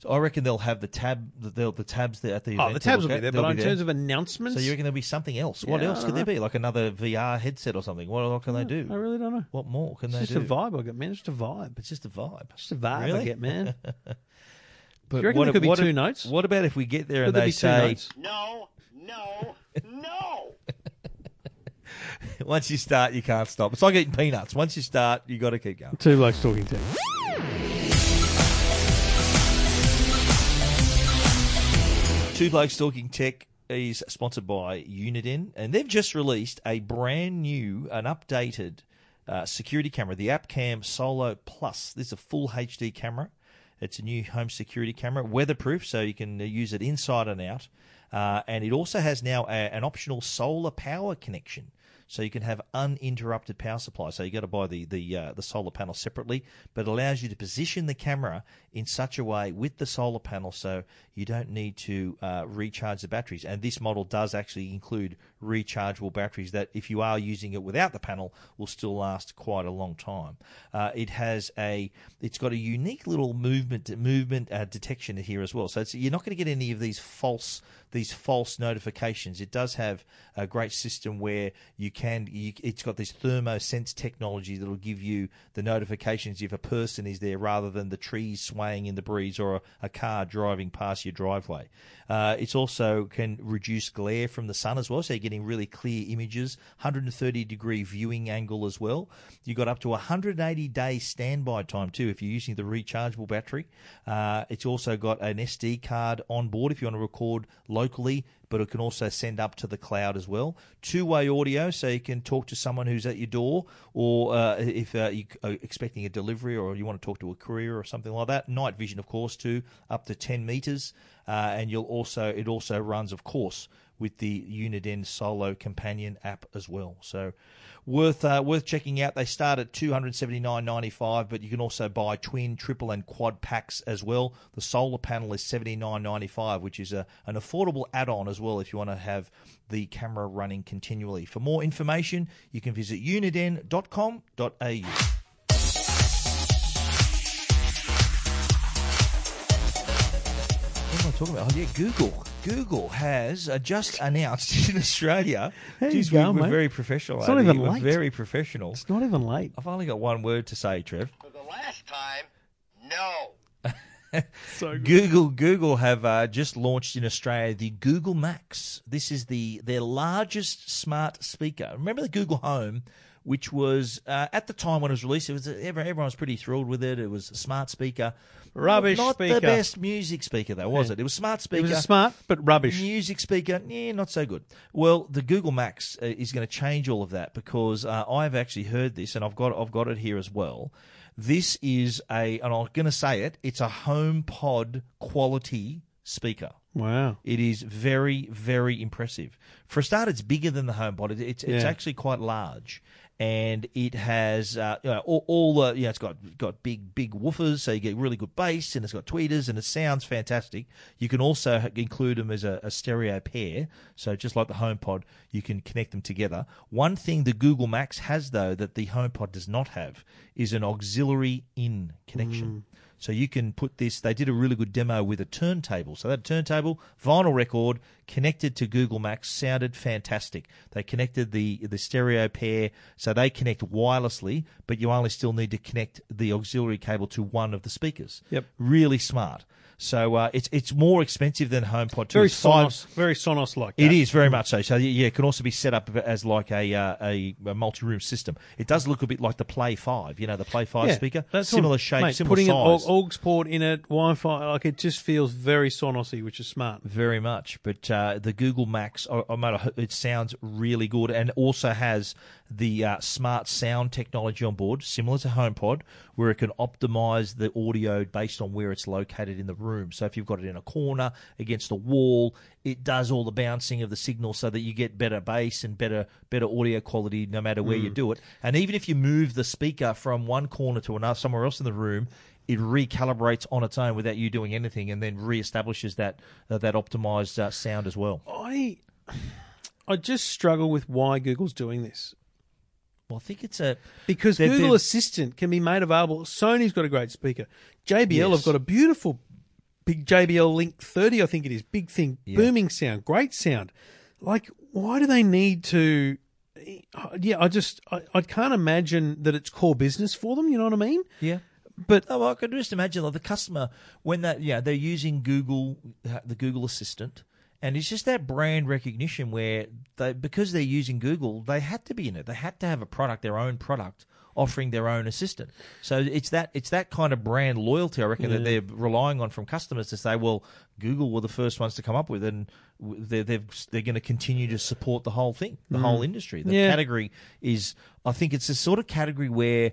B: So I reckon they'll have the tab. They'll, the tabs there at the
A: Oh,
B: event
A: the
B: to
A: tabs will
B: look
A: be
B: at.
A: there,
B: They'll
A: but in
B: there.
A: terms of announcements,
B: So you reckon there'll be something else? What
A: Yeah, I
B: else could
A: don't
B: there be? Like another VR headset or something? What else can they do?
A: I really don't know.
B: What more can
A: It's
B: they
A: just
B: do?
A: a vibe I get, man. It's just a vibe. It's
B: It's just a vibe.
A: just a vibe I
B: Really?
A: get, man.
B: But
A: reckon there
B: if-
A: could be two
B: if,
A: notes?
B: What about if we get there and
A: Could there
B: they
A: be two
B: say,
A: notes?
E: No, no, no.
B: once you start, you can't stop. It's like eating peanuts. Once you start, you got to keep going.
A: Two blokes talking tech.
B: Two Blokes Talking Tech is sponsored by Uniden, and they've just released a brand new and updated uh, security camera, the AppCam Solo Plus. This is a full HD camera. It's a new home security camera, weatherproof, so you can uh, use it inside and out. Uh, and it also has now a, an optional solar power connection. So you can have uninterrupted power supply. So you got to buy the the uh, the solar panel separately, but it allows you to position the camera in such a way with the solar panel, so you don't need to uh, recharge the batteries. And this model does actually include rechargeable batteries that, if you are using it without the panel, will still last quite a long time. Uh, it has a it's got a unique little movement movement uh, detection here as well. So it's, you're not going to get any of these false these these false notifications. It does have a great system where you can. You, it's got this thermosense technology that'll give you the notifications if a person is there, rather than the trees swaying in the breeze or a, a car driving past your driveway. Uh, it's also can reduce glare from the sun as well, so you're getting really clear images. 130 degree viewing angle as well. You've got up to 180 day standby time too if you're using the rechargeable battery. Uh, it's also got an SD card on board if you want to record locally, but it can also send up to the cloud as well. Two way audio, so you can talk to someone who's at your door, or uh, if uh, you are expecting a delivery or you want to talk to a courier or something like that. Night vision, of course, too, up to 10 meters. Uh, and you'll also it also runs, of course, with the Uniden Solo Companion app as well. So worth uh, worth checking out. They start at two hundred seventy nine ninety five, but you can also buy twin, triple, and quad packs as well. The solar panel is seventy nine ninety five, which is a, an affordable add on as well if you want to have the camera running continually. For more information, you can visit uniden.com.au. What am I talking about? Oh, yeah, Google. Google has uh, just announced in Australia.
A: There you
B: Jeez,
A: go,
B: we,
A: mate.
B: are very professional.
A: It's not
B: Andy.
A: even
B: We're
A: late.
B: very professional.
A: It's not even late.
B: I've only got one word to say, Trev.
E: For the last time, no.
A: So
B: Google Google have uh, just launched in Australia the Google Max. This is the their largest smart speaker. Remember the Google Home, which was uh, at the time when it was released, it was everyone everyone was pretty thrilled with it. It was a smart speaker,
A: Rubbish
B: not
A: speaker.
B: the best music speaker though, was it? It was smart speaker.
A: it was a smart but rubbish.
B: Music speaker, yeah, not so good. Well, the Google Max uh, is going to change all of that because uh, I've actually heard this, and I've got I've got it here as well. This is a, and I'm going to say it. It's a home pod quality speaker.
A: Wow.
B: It is very, very impressive. For a start, it's bigger than the HomePod. It, it's it's
A: Yeah.
B: actually quite large, and it has uh, you know, all, all the you know, it's got got big big woofers, so you get really good bass, and it's got tweeters, and it sounds fantastic. You can also h- include them as a, a stereo pair, so just like the HomePod, you can connect them together. One thing the Google Max has though that the HomePod does not have is an auxiliary in connection.
A: Mm.
B: So you can put this. They did a really good demo with a turntable. So that turntable, vinyl record, connected to Google Max, sounded fantastic. They connected the the stereo pair, so they connect wirelessly, but you only still need to connect the auxiliary cable to one of the speakers.
A: Yep.
B: Really smart. So uh, it's it's more expensive than HomePod. Two.
A: Very
B: It's five-
A: Sonos. Very Sonos like.
B: it is very much so. So yeah, it can also be set up as like a uh, a, a multi-room system. It does look a bit like the Play Five, you know, the Play Five speaker, similar shape,
A: Mate,
B: similar
A: putting
B: size.
A: an au- aux port in it, Wi-Fi, like it just feels very Sonosy, which is smart.
B: Very much, but uh, the Google Max, I, I might have- it sounds really good, and also has the uh, smart sound technology on board, similar to HomePod, where it can optimize the audio based on where it's located in the room. So if you've got it in a corner against a wall, it does all the bouncing of the signal so that you get better bass and better better audio quality no matter where you do it. And even if you move the speaker from one corner to another, somewhere else in the room, it recalibrates on its own without you doing anything, and then reestablishes that uh, that optimized uh, sound as well.
A: I, I just struggle with why Google's doing this
B: Well, I think it's a
A: because
B: They're-
A: Google
B: they're-
A: Assistant can be made available. Sony's got a great speaker. JBL
B: Yes.
A: have got a beautiful big JBL Link 30, I think it is. Big thing, booming sound, great sound. Like, why do they need to? Yeah, I just I, I can't imagine that it's core business for them. You know what I mean?
B: yeah.
A: But
B: Oh, well, I could just imagine like the customer when that yeah they're using Google uh, the Google Assistant, and it's just that brand recognition where they because they're using Google they had to be in it they had to have a product their own product offering their own assistant. So it's that it's that kind of brand loyalty I reckon that they're relying on from customers to say well Google were the first ones to come up with it, and w- they're they've, they're going to continue to support the whole thing the whole industry the
A: Yeah.
B: category is I think it's the sort of category where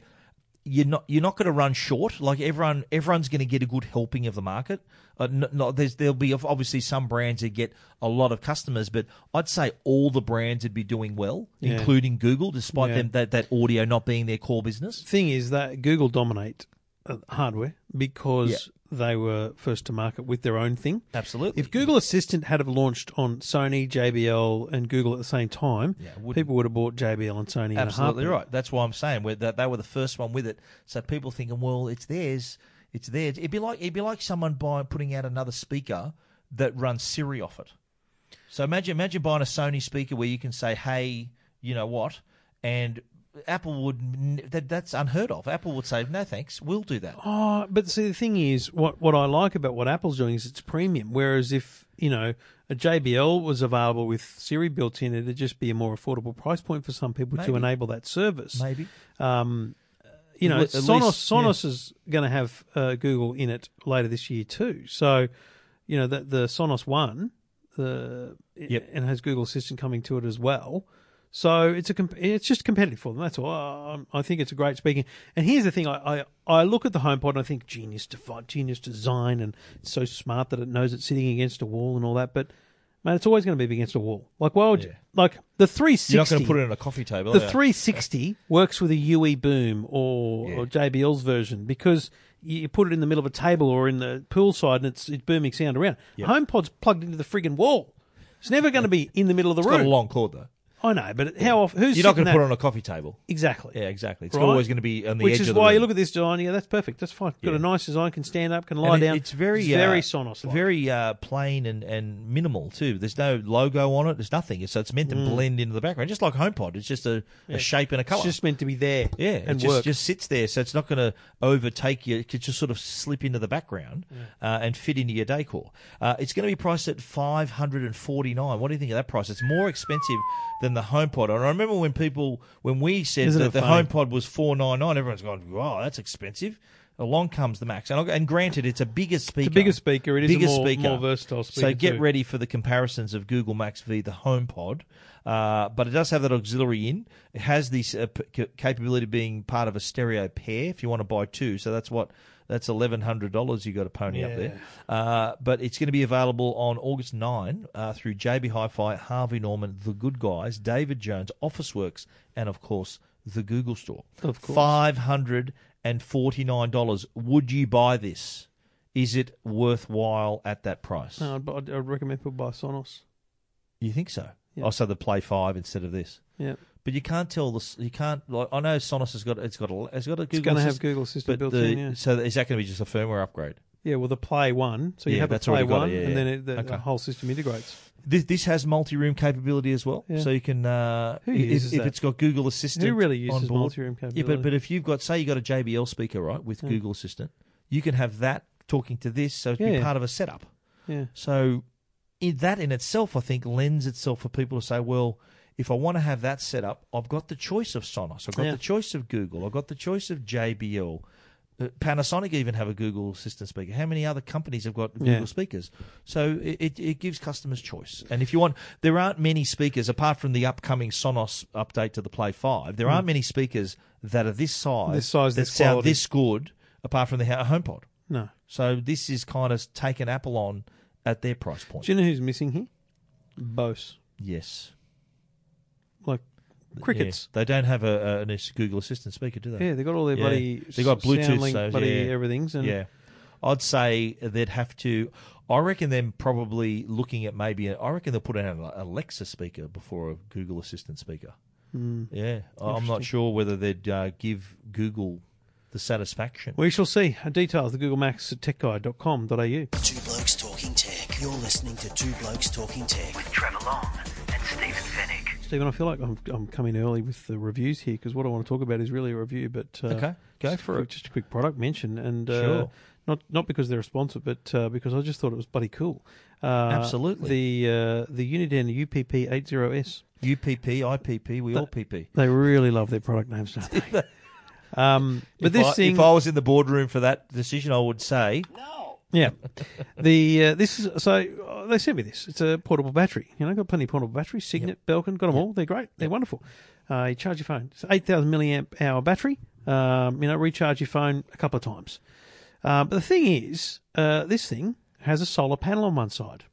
B: you're not you're not going to run short. Like everyone, everyone's going to get a good helping of the market. Uh, n no, there's, there'll be ob- obviously some brands that get a lot of customers, but I'd say all the brands would be doing well, including Google, despite
A: Yeah.
B: them that, that audio not being their core business.
A: thing is that Google dominate uh, hardware because they were first to market with their own thing.
B: Absolutely.
A: If Google Assistant had have launched on Sony, JBL, and Google at the same time,
B: wouldn't-
A: people would have bought JBL and Sony. in a
B: Absolutely
A: heartbeat.
B: right. That's why I'm saying where that they were the first one with it. So people thinking, well, it's theirs, it's theirs. It'd be like it'd be like someone buying putting out another speaker that runs Siri off it. So imagine imagine buying a Sony speaker where you can say, "Hey, you know what?" and Apple would n- that that's unheard of. Apple would say, "No, thanks. We'll do that."
A: Oh, but see, the thing is, what what I like about what Apple's doing is it's premium. Whereas if you know a JBL was available with Siri built in, it'd just be a more affordable price point for some people to
B: Maybe.
A: enable that service.
B: Maybe.
A: Um, you know,
B: At le- at
A: Sonos
B: least, yeah.
A: Sonos is going to have uh, Google in it later this year too. So, you know, the, the Sonos One, the
B: Yep.
A: and has Google Assistant coming to it as well. So it's a comp- it's just competitive for them. That's all. Um, I think it's a great speaking. And here's the thing: I, I, I look at the HomePod and I think genius, devi- genius design, and it's so smart that it knows it's sitting against a wall and all that. But man, it's always going to be against a wall. Like why would you-
B: Yeah.
A: like the three sixty?
B: You're not going to put it on a coffee table.
A: the
B: are you?
A: 360 works with a UE boom or,
B: Yeah.
A: or JBL's version because you you put it in the middle of a table or in the poolside and it's, it's booming sound around. HomePod's plugged into the friggin' wall. It's never going to be in the middle of the
B: It's got
A: room.
B: a long cord though.
A: I know, but how often? Who's
B: You're not going to
A: sitting that-
B: put it on a coffee table.
A: exactly?
B: Yeah, exactly. It's
A: Right?
B: always going to be on the
A: Which
B: edge
A: is
B: of the
A: why
B: room.
A: you look at this design. Yeah, that's perfect. That's fine. Got
B: Yeah.
A: a nice design. Can stand up. Can
B: And
A: lie
B: it-
A: down.
B: It's very
A: very
B: uh,
A: Sonos.
B: very uh, plain and, and minimal too. There's no logo on it. There's nothing. So it's meant to blend into the background, just like HomePod. It's just a, a shape and a color.
A: Mm. It's just meant to be there.
B: yeah, it
A: and
B: just,
A: work.
B: just sits there, so it's not going to overtake you. It could just sort of slip into the background uh, and fit into your decor. Uh, it's going to be priced at five hundred and forty nine. What do you think of that price? It's more expensive than the HomePod. And I remember when people, when we said
A: Isn't
B: that
A: it
B: the
A: funny?
B: HomePod was four nine nine, everyone's gone, "Wow, that's expensive." Along comes the Max, and, I'll- and granted, it's a bigger speaker.
A: bigger speaker. It is a
B: bigger
A: more-
B: speaker.
A: more versatile
B: So
A: speaker
B: get
A: too.
B: ready for the comparisons of Google Max v the HomePod, uh, but it does have that auxiliary in. It has this uh, p- ca- capability of being part of a stereo pair if you want to buy two. So that's what that's eleven hundred dollars you got to pony up there. Uh, but it's going to be available on August nine uh, through JB Hi-Fi, Harvey Norman, The Good Guys, David Jones, Officeworks, and of course the Google Store.
A: Of course.
B: five hundred and forty nine dollars. Would you buy this? Is it worthwhile at that price?
A: No, I'd, I'd recommend people buy Sonos.
B: You think so?
A: Yeah.
B: Oh, so the play five instead of this.
A: Yeah,
B: But you can't tell this. You can't. Like, I know Sonos has got. It's got. A, it's got a Google.
A: it's going to have
B: Assist-
A: Google Assistant
B: but
A: built
B: the-
A: in. Yeah.
B: So is that going to be just a firmware upgrade?
A: Yeah, well, the Play One. So you
B: Yeah,
A: have
B: that's
A: a Play
B: already got it,
A: One,
B: yeah,
A: and
B: yeah.
A: then it, the, the
B: Okay.
A: whole system integrates.
B: This this has multi-room capability as well,
A: Yeah.
B: so you can. Uh,
A: Who
B: if-
A: uses
B: if
A: that?
B: it's got Google Assistant?
A: Who really
B: on
A: uses
B: board-
A: multi-room
B: Yeah,
A: capability?
B: but but if you've got say you got a JBL speaker right with Google Assistant, you can have that talking to this, so it'd
A: Yeah,
B: be
A: yeah.
B: part of a setup.
A: yeah,
B: So in that in itself, I think, lends itself for people to say, well, if I want to have that set up, I've got the choice of Sonos, I've got
A: Yeah.
B: the choice of Google, I've got the choice of JBL. Uh, Panasonic even have a Google Assistant speaker. How many other companies have got Google
A: Yeah.
B: speakers? So it, it, it gives customers choice. And if you want, there aren't many speakers apart from the upcoming Sonos update to the Play Five. There aren't many speakers that are this size,
A: Mm. This size,
B: that
A: this
B: sound
A: quality.
B: this good, apart from the ho- HomePod.
A: no.
B: So this is kind of taken Apple on at their price point.
A: Do you know who's missing here? Bose,
B: yes,
A: like crickets.
B: Yeah. They don't have a, a an ass- Google Assistant speaker, do
A: Yeah,
B: they?
A: they got all their
B: Yeah.
A: bloody.
B: They got
A: s-
B: Bluetooth,
A: Soundlink,
B: so,
A: bloody
B: yeah.
A: everything's and
B: Yeah. I'd say they'd have to. I reckon them probably looking at maybe. a- I reckon they'll put in an Alexa speaker before a Google Assistant speaker.
A: Hmm.
B: Yeah, I- I'm not sure whether they'd uh, give Google the satisfaction.
A: We shall see. Details the Google Max at techguide.com.au.
C: Two Blokes Talking Tech. You're listening to Two Blokes Talking Tech.
F: with Trevor Long and Stephen Finnick.
A: Stephen, I feel like I'm I'm coming early with the reviews here because what I want to talk about is really a review, but uh,
B: Okay, go
A: just a
B: for
A: quick-
B: it.
A: Just a quick product mention, and uh,
B: Sure.
A: not not because they're a sponsor, but uh, because I just thought it was bloody cool. Uh,
B: Absolutely.
A: The uh, the Uniden UPP 80S.
B: UPP, IPP, we all PP.
A: They really love their product names, don't they? um, but
B: If
A: this
B: I,
A: thing,
B: if I was in the boardroom for that decision, I would say
E: No.
A: yeah, the uh, this is so uh, they sent me this. It's a portable battery. You know, got plenty of portable batteries. Signet, Belkin, got them all. They're great. They're wonderful. Uh, you charge your phone. It's eight thousand milliamp hour battery. Um, you know, recharge your phone a couple of times. Uh, but the thing is, uh, this thing has a solar panel on one side.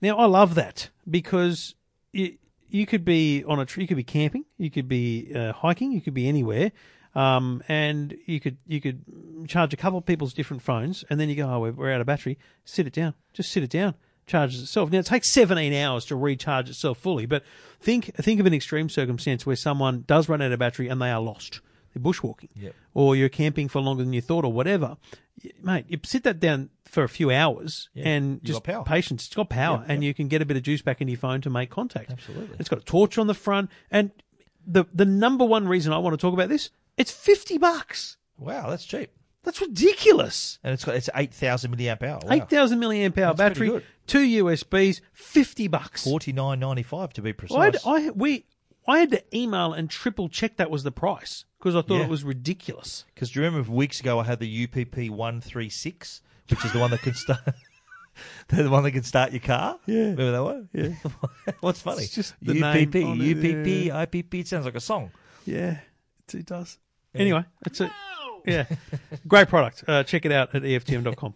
A: Now I love that because you, you could be on a tree, you could be camping, you could be uh, hiking, you could be anywhere, um, and you could you could charge a couple of people's different phones, and then you go, oh, we're, we're out of battery. Sit it down, just sit it down. Charges itself. Now it takes 17 hours to recharge itself fully, but think think of an extreme circumstance where someone does run out of battery and they are lost. They're bushwalking,
B: Yep.
A: or you're camping for longer than you thought, or whatever. mate, you sit that down for a few hours
B: Yeah,
A: and
B: you've
A: just
B: got power.
A: patience. It's got power,
B: Yeah,
A: and you can get a bit of juice back into your phone to make contact.
B: Absolutely.
A: it's got a torch on the front, and the the number one reason I want to talk about this, it's fifty bucks.
B: Wow, that's cheap.
A: That's ridiculous.
B: And it's got it's eight thousand milliamp hour. Wow.
A: Eight thousand milliamp hour
B: That's pretty
A: battery,
B: good.
A: two USBs, fifty bucks.
B: forty nine ninety five to be precise.
A: I had, I we I had to email and triple check that was the price because I thought
B: Yeah.
A: it was ridiculous.
B: Because do you remember weeks ago I had the UPP one three six, which is the one that can start. the one that can start your car. Yeah, remember that one? Yeah. What's funny?
A: It's just the
B: UPP,
A: name on it,
B: UPP,
A: yeah.
B: IPP. It sounds like a song.
A: Yeah, it does. Anyway, that's it. Yeah, great product. Uh, check it out at EFTM.com.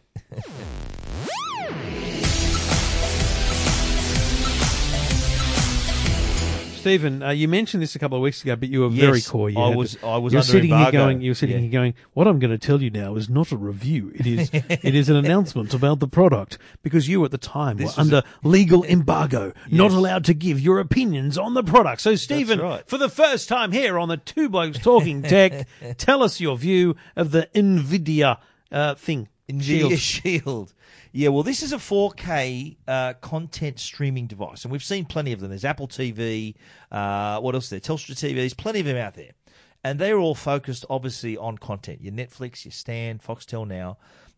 A: Stephen, uh, you mentioned this a couple of weeks ago, but you were very
B: Yes,
A: coy. You
B: I
A: had-
B: was- I was
A: You were
B: under
A: sitting
B: embargo.
A: here going. You were sitting
B: Yeah.
A: here going. What I'm going to tell you now is not a review. It is. it is an announcement about the product because you at the time were
B: was
A: under legal embargo, not
B: Yes.
A: allowed to give your opinions on the product. So, Stephen,
B: right.
A: for the first time here on the Two Blokes Talking Tech, tell us your view of the Nvidia uh, thing.
B: Nvidia Shield. Yeah, well, this is a 4K uh, content streaming device, and we've seen plenty of them. There's Apple TV, uh, what else is there? Telstra TV, there's plenty of them out there. And they're all focused, obviously, on content your Netflix, your Stan, Foxtel Now.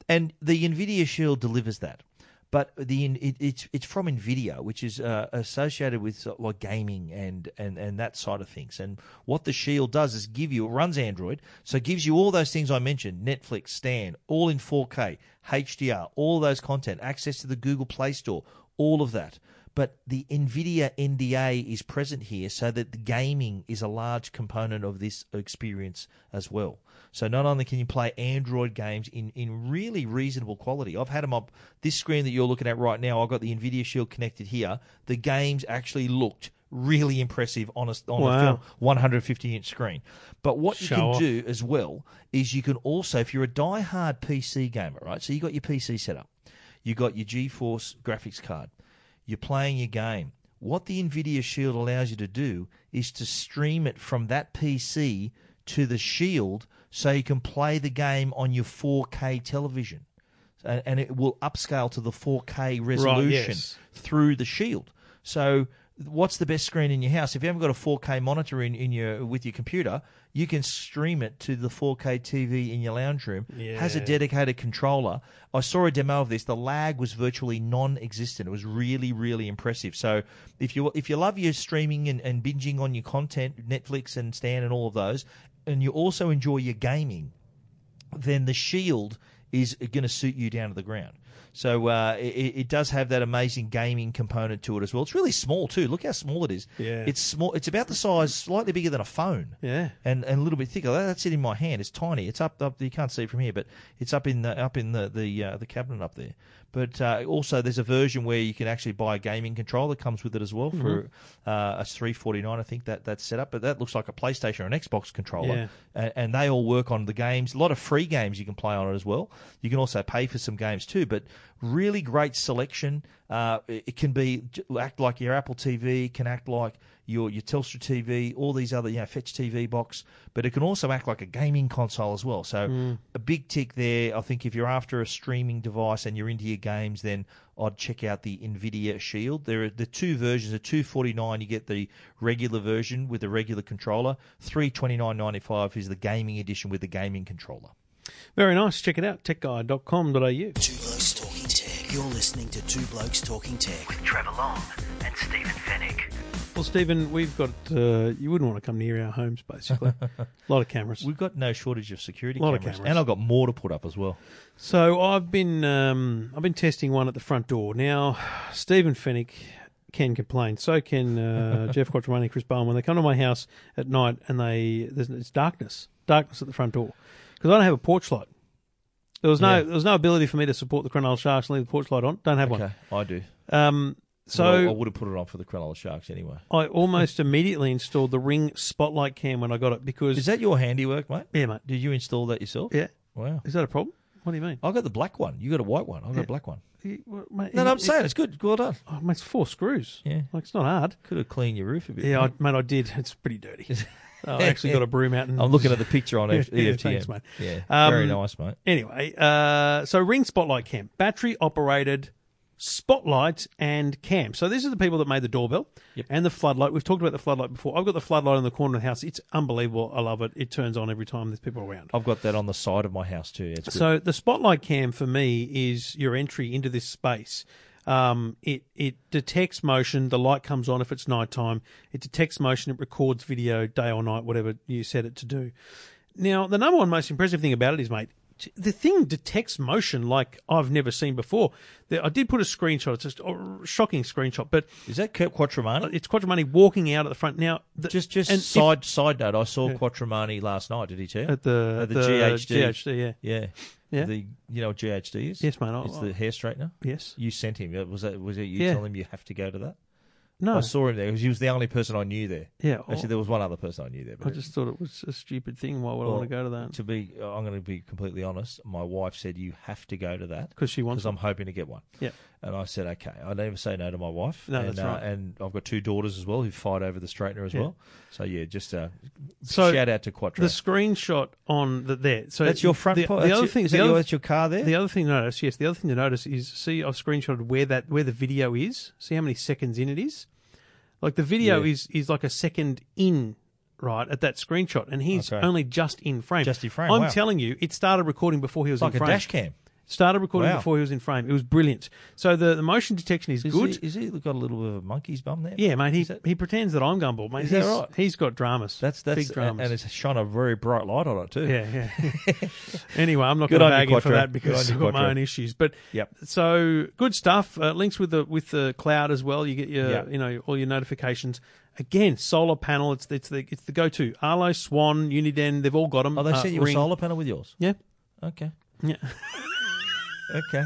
B: And the Nvidia Shield delivers that. But the it, it's it's from Nvidia, which is uh, associated with uh, like gaming and, and, and that side of things. And what the Shield does is give you it runs Android, so it gives you all those things I mentioned: Netflix, Stan, all in 4K, HDR, all those content, access to the Google Play Store, all of that. But the Nvidia NDA is present here, so that the gaming is a large component of this experience as well. So not only can you play Android games in, in really reasonable quality, I've had them up. This screen that you're looking at right now, I've got the Nvidia Shield connected here. The games actually looked really impressive on a on
A: Wow.
B: a film, 150 inch screen. But what you
A: Show
B: can
A: off.
B: do as well is you can also, if you're a die-hard PC gamer, right? So you got your PC set up, you got your GeForce graphics card, you're playing your game. What the Nvidia Shield allows you to do is to stream it from that PC to the Shield, so you can play the game on your 4K television, and, and it will upscale to the 4K resolution
A: yes.
B: through the shield. So what's the best screen in your house? If you haven't got a 4K monitor in, in your with your computer, you can stream it to the 4K TV in your lounge room. Has a dedicated controller. I saw a demo of this. The lag was virtually non-existent. It was really really impressive. So if you if you love your streaming and, and binging on your content, Netflix and Stan and all of those, and you also enjoy your gaming, then the shield is going to suit you down to the ground. So uh, it, it does have that amazing gaming component to it as well. It's really small too. Look how small it is.
A: Yeah.
B: it's small. It's about the size, slightly bigger than a phone.
A: Yeah.
B: and, and a little bit thicker. That- That's it in my hand. It's tiny. It's up up. You can't see it from here, but it's up in the up in the the uh, the cabinet up there. But uh, also, there's a version where you can actually buy a gaming controller that comes with it as well for
A: Mm-hmm.
B: uh, a three forty nine. I think that that's set up, but that looks like a PlayStation or an Xbox controller
A: Yeah.
B: and, and they all work on the games. A lot of free games you can play on it as well. You can also pay for some games too, but really great selection. Uh, it it can be act like your Apple TV, it can act like your your Telstra TV, all these other you know Fetch TV box, but it can also act like a gaming console as well. So a big tick there. I think if you're after a streaming device and you're into your games, then I'd check out the Nvidia Shield. There are the two versions. The 249 you get the regular version with the regular controller. 329.95 is the gaming edition with the gaming controller.
A: Very nice. Check it out, techguide.com.au.
C: Two Blokes Talking Tech. You're listening to Two Blokes Talking Tech.
F: with Trevor Long and Stephen Finnick.
A: Well, Stephen, we've got, uh, you wouldn't want to come near our homes, basically. a lot of cameras.
B: We've got no shortage of security
A: Lot of
B: cameras,
A: cameras.
B: and I've got more to put up as well.
A: So I've been um, I've been testing one at the front door now. Stephen Fennick can complain. So can uh, Jeff Quattromani and Chris Bowen when they come to my house at night and they there's, it's darkness, darkness at the front door because I don't have a porch light. There was no
B: Yeah.
A: there was no ability for me to support the Cronulla Sharks and leave the porch light on. Don't have
B: Okay, I do.
A: one. Um, so
B: Well, I would have put it on for the Cronulla Sharks anyway.
A: I almost immediately installed the Ring Spotlight cam when I got it because
B: Is that your handiwork, mate?
A: yeah, mate,
B: Did you install that yourself?
A: yeah.
B: Wow.
A: Is that a problem? What do you mean?
B: I got the black one. You got a white one. I got a black one.
A: You- what- mate,
B: Oh, No, no, I'm
A: it-
B: saying it's good. Well done.
A: oh, mate, it's four screws.
B: Yeah.
A: like it's not hard.
B: Could have cleaned your roof a bit.
A: Yeah, I, mate, I did. It's pretty dirty. Oh, I actually got a broom out. And
B: I'm looking at the picture on E
A: Yeah,
B: EF-
A: yeah,
B: EFTM.
A: thanks, mate.
B: Yeah,
A: Um,
B: very nice, mate.
A: Anyway, uh, so Ring Spotlight Cam, battery operated spotlight and cam. So these are the people that made the doorbell and the floodlight. We've talked about the floodlight before. I've got the floodlight in the corner of the house. It's unbelievable. I love it. It turns on every time there's people around.
B: I've got that on the side of my house too. It's good.
A: So the spotlight cam for me is your entry into this space. Um, it it detects motion. The light comes on if it's nighttime. It detects motion. It records video, day or night, whatever you set it to do. Now the number one most impressive thing about it is, mate, t- the thing detects motion like I've never seen before. The, I did put a screenshot. It's just a shocking screenshot, but
B: Is that Kurt Quattromani?
A: it's Quadramani walking out at the front now. The,
B: Just, just
A: Uh, and if-
B: side side note. I saw Quattromani last night. Did he too?
A: at the,
B: At the
A: the
B: GHD.
A: GHD, yeah.
B: yeah,
A: Yeah.
B: The you know what GHD is?
A: Yes, mate, I-
B: It's the hair straightener.
A: Yes.
B: You sent him. uh, Was that? Was it you
A: Yeah.
B: telling him you have to go to that?
A: No.
B: I saw him there because he was the only person I knew there.
A: Yeah, I-
B: Actually, there was one other person I knew there. But
A: I just thought it was a stupid thing. Why would I
B: Well,
A: want to go to that?
B: To be, I'm going to be completely honest. My wife said you have to go to that
A: 'Cause she wants
B: Because I'm hoping to get one.
A: Yeah.
B: And I said, okay. I never say no to my wife.
A: No,
B: and,
A: that's
B: uh,
A: right.
B: And I've got two daughters as well who fight over the straightener as well. So yeah, just uh,
A: So,
B: shout out to Quattro.
A: The screenshot on the there. So
B: that's your front.
A: The,
B: po-
A: the
B: that's
A: other
B: your-
A: thing.
B: is
A: the
B: that your,
A: other-
B: that's your car there.
A: the other thing to notice, yes, the other thing to notice is see I've screenshotted where that where the video is. See how many seconds in it is. Like the video
B: Yeah.
A: is is like a second in, right at that screenshot, and he's
B: Okay.
A: only just in frame.
B: Just in frame,
A: I'm
B: wow.
A: telling you, it started recording before he was
B: like
A: in
B: a
A: frame.
B: dash cam.
A: Started recording
B: Wow.
A: before he was in frame. It was brilliant. So the, the motion detection is,
B: Is
A: good.
B: He, is he got a little bit of a monkey's bum there?
A: yeah, mate. He,
B: Is that-
A: he pretends that I'm Gumball, mate.
B: Is that
A: he's,
B: right?
A: He's got dramas.
B: that's that's
A: big dramas.
B: and it's shone a very bright light on it too.
A: Yeah, yeah. anyway, I'm not
B: Good
A: going to
B: on
A: bag
B: you,
A: him for
B: Quattro.
A: that because I've
B: Good on you,
A: got my
B: Quattro.
A: own issues. But
B: Yep.
A: so good stuff. Uh, links with the with the cloud as well. You get your
B: Yeah.
A: you know all your notifications. Again, solar panel. It's it's the it's the go to. Arlo, Swan, Uniden. They've all got them.
B: Oh, they sent you a
A: Uh, Ring.
B: solar panel with yours.
A: Yeah.
B: Okay.
A: Yeah.
B: Okay.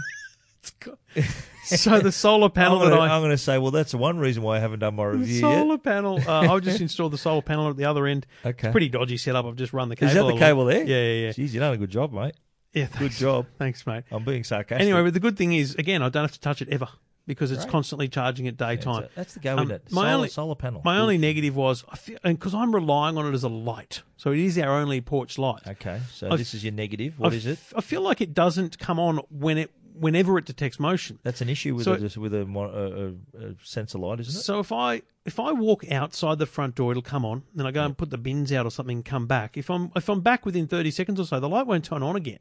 A: so the solar panel
B: I'm
A: that
B: gonna,
A: I
B: I'm gonna say, well, that's one reason why I haven't done my
A: the
B: review
A: solar
B: yet.
A: panel. Uh, I just installed the solar panel at the other end.
B: Okay.
A: It's pretty dodgy setup. I've just run the cable.
B: Is that the
A: along.
B: cable there?
A: Yeah, yeah, yeah.
B: Jeez, you done a good job, mate.
A: yeah
B: Good
A: thanks.
B: job. Oh,
A: Thanks, mate.
B: I'm being sarcastic.
A: Anyway, but the good thing is, again, I don't have to touch it ever because it's
B: Great.
A: constantly charging at
B: That's
A: daytime.
B: it. That's the go
A: Um,
B: with it.
A: my
B: solar,
A: only-
B: solar panel.
A: My only negative was, I feel, and because I'm relying on it as a light, so it is our only porch light.
B: Okay, so
A: I've-
B: this is your negative.
A: What
B: What
A: is
B: is it?
A: I feel like it doesn't come on when it whenever it detects motion.
B: That's an issue with
A: So-
B: a, just with a, mo- a, a, a sensor light, isn't it?
A: So if I if I walk outside the front door, it'll come on. Then I go and put the bins out or something. Come back. If I'm if I'm back within thirty seconds or so, the light won't turn on again.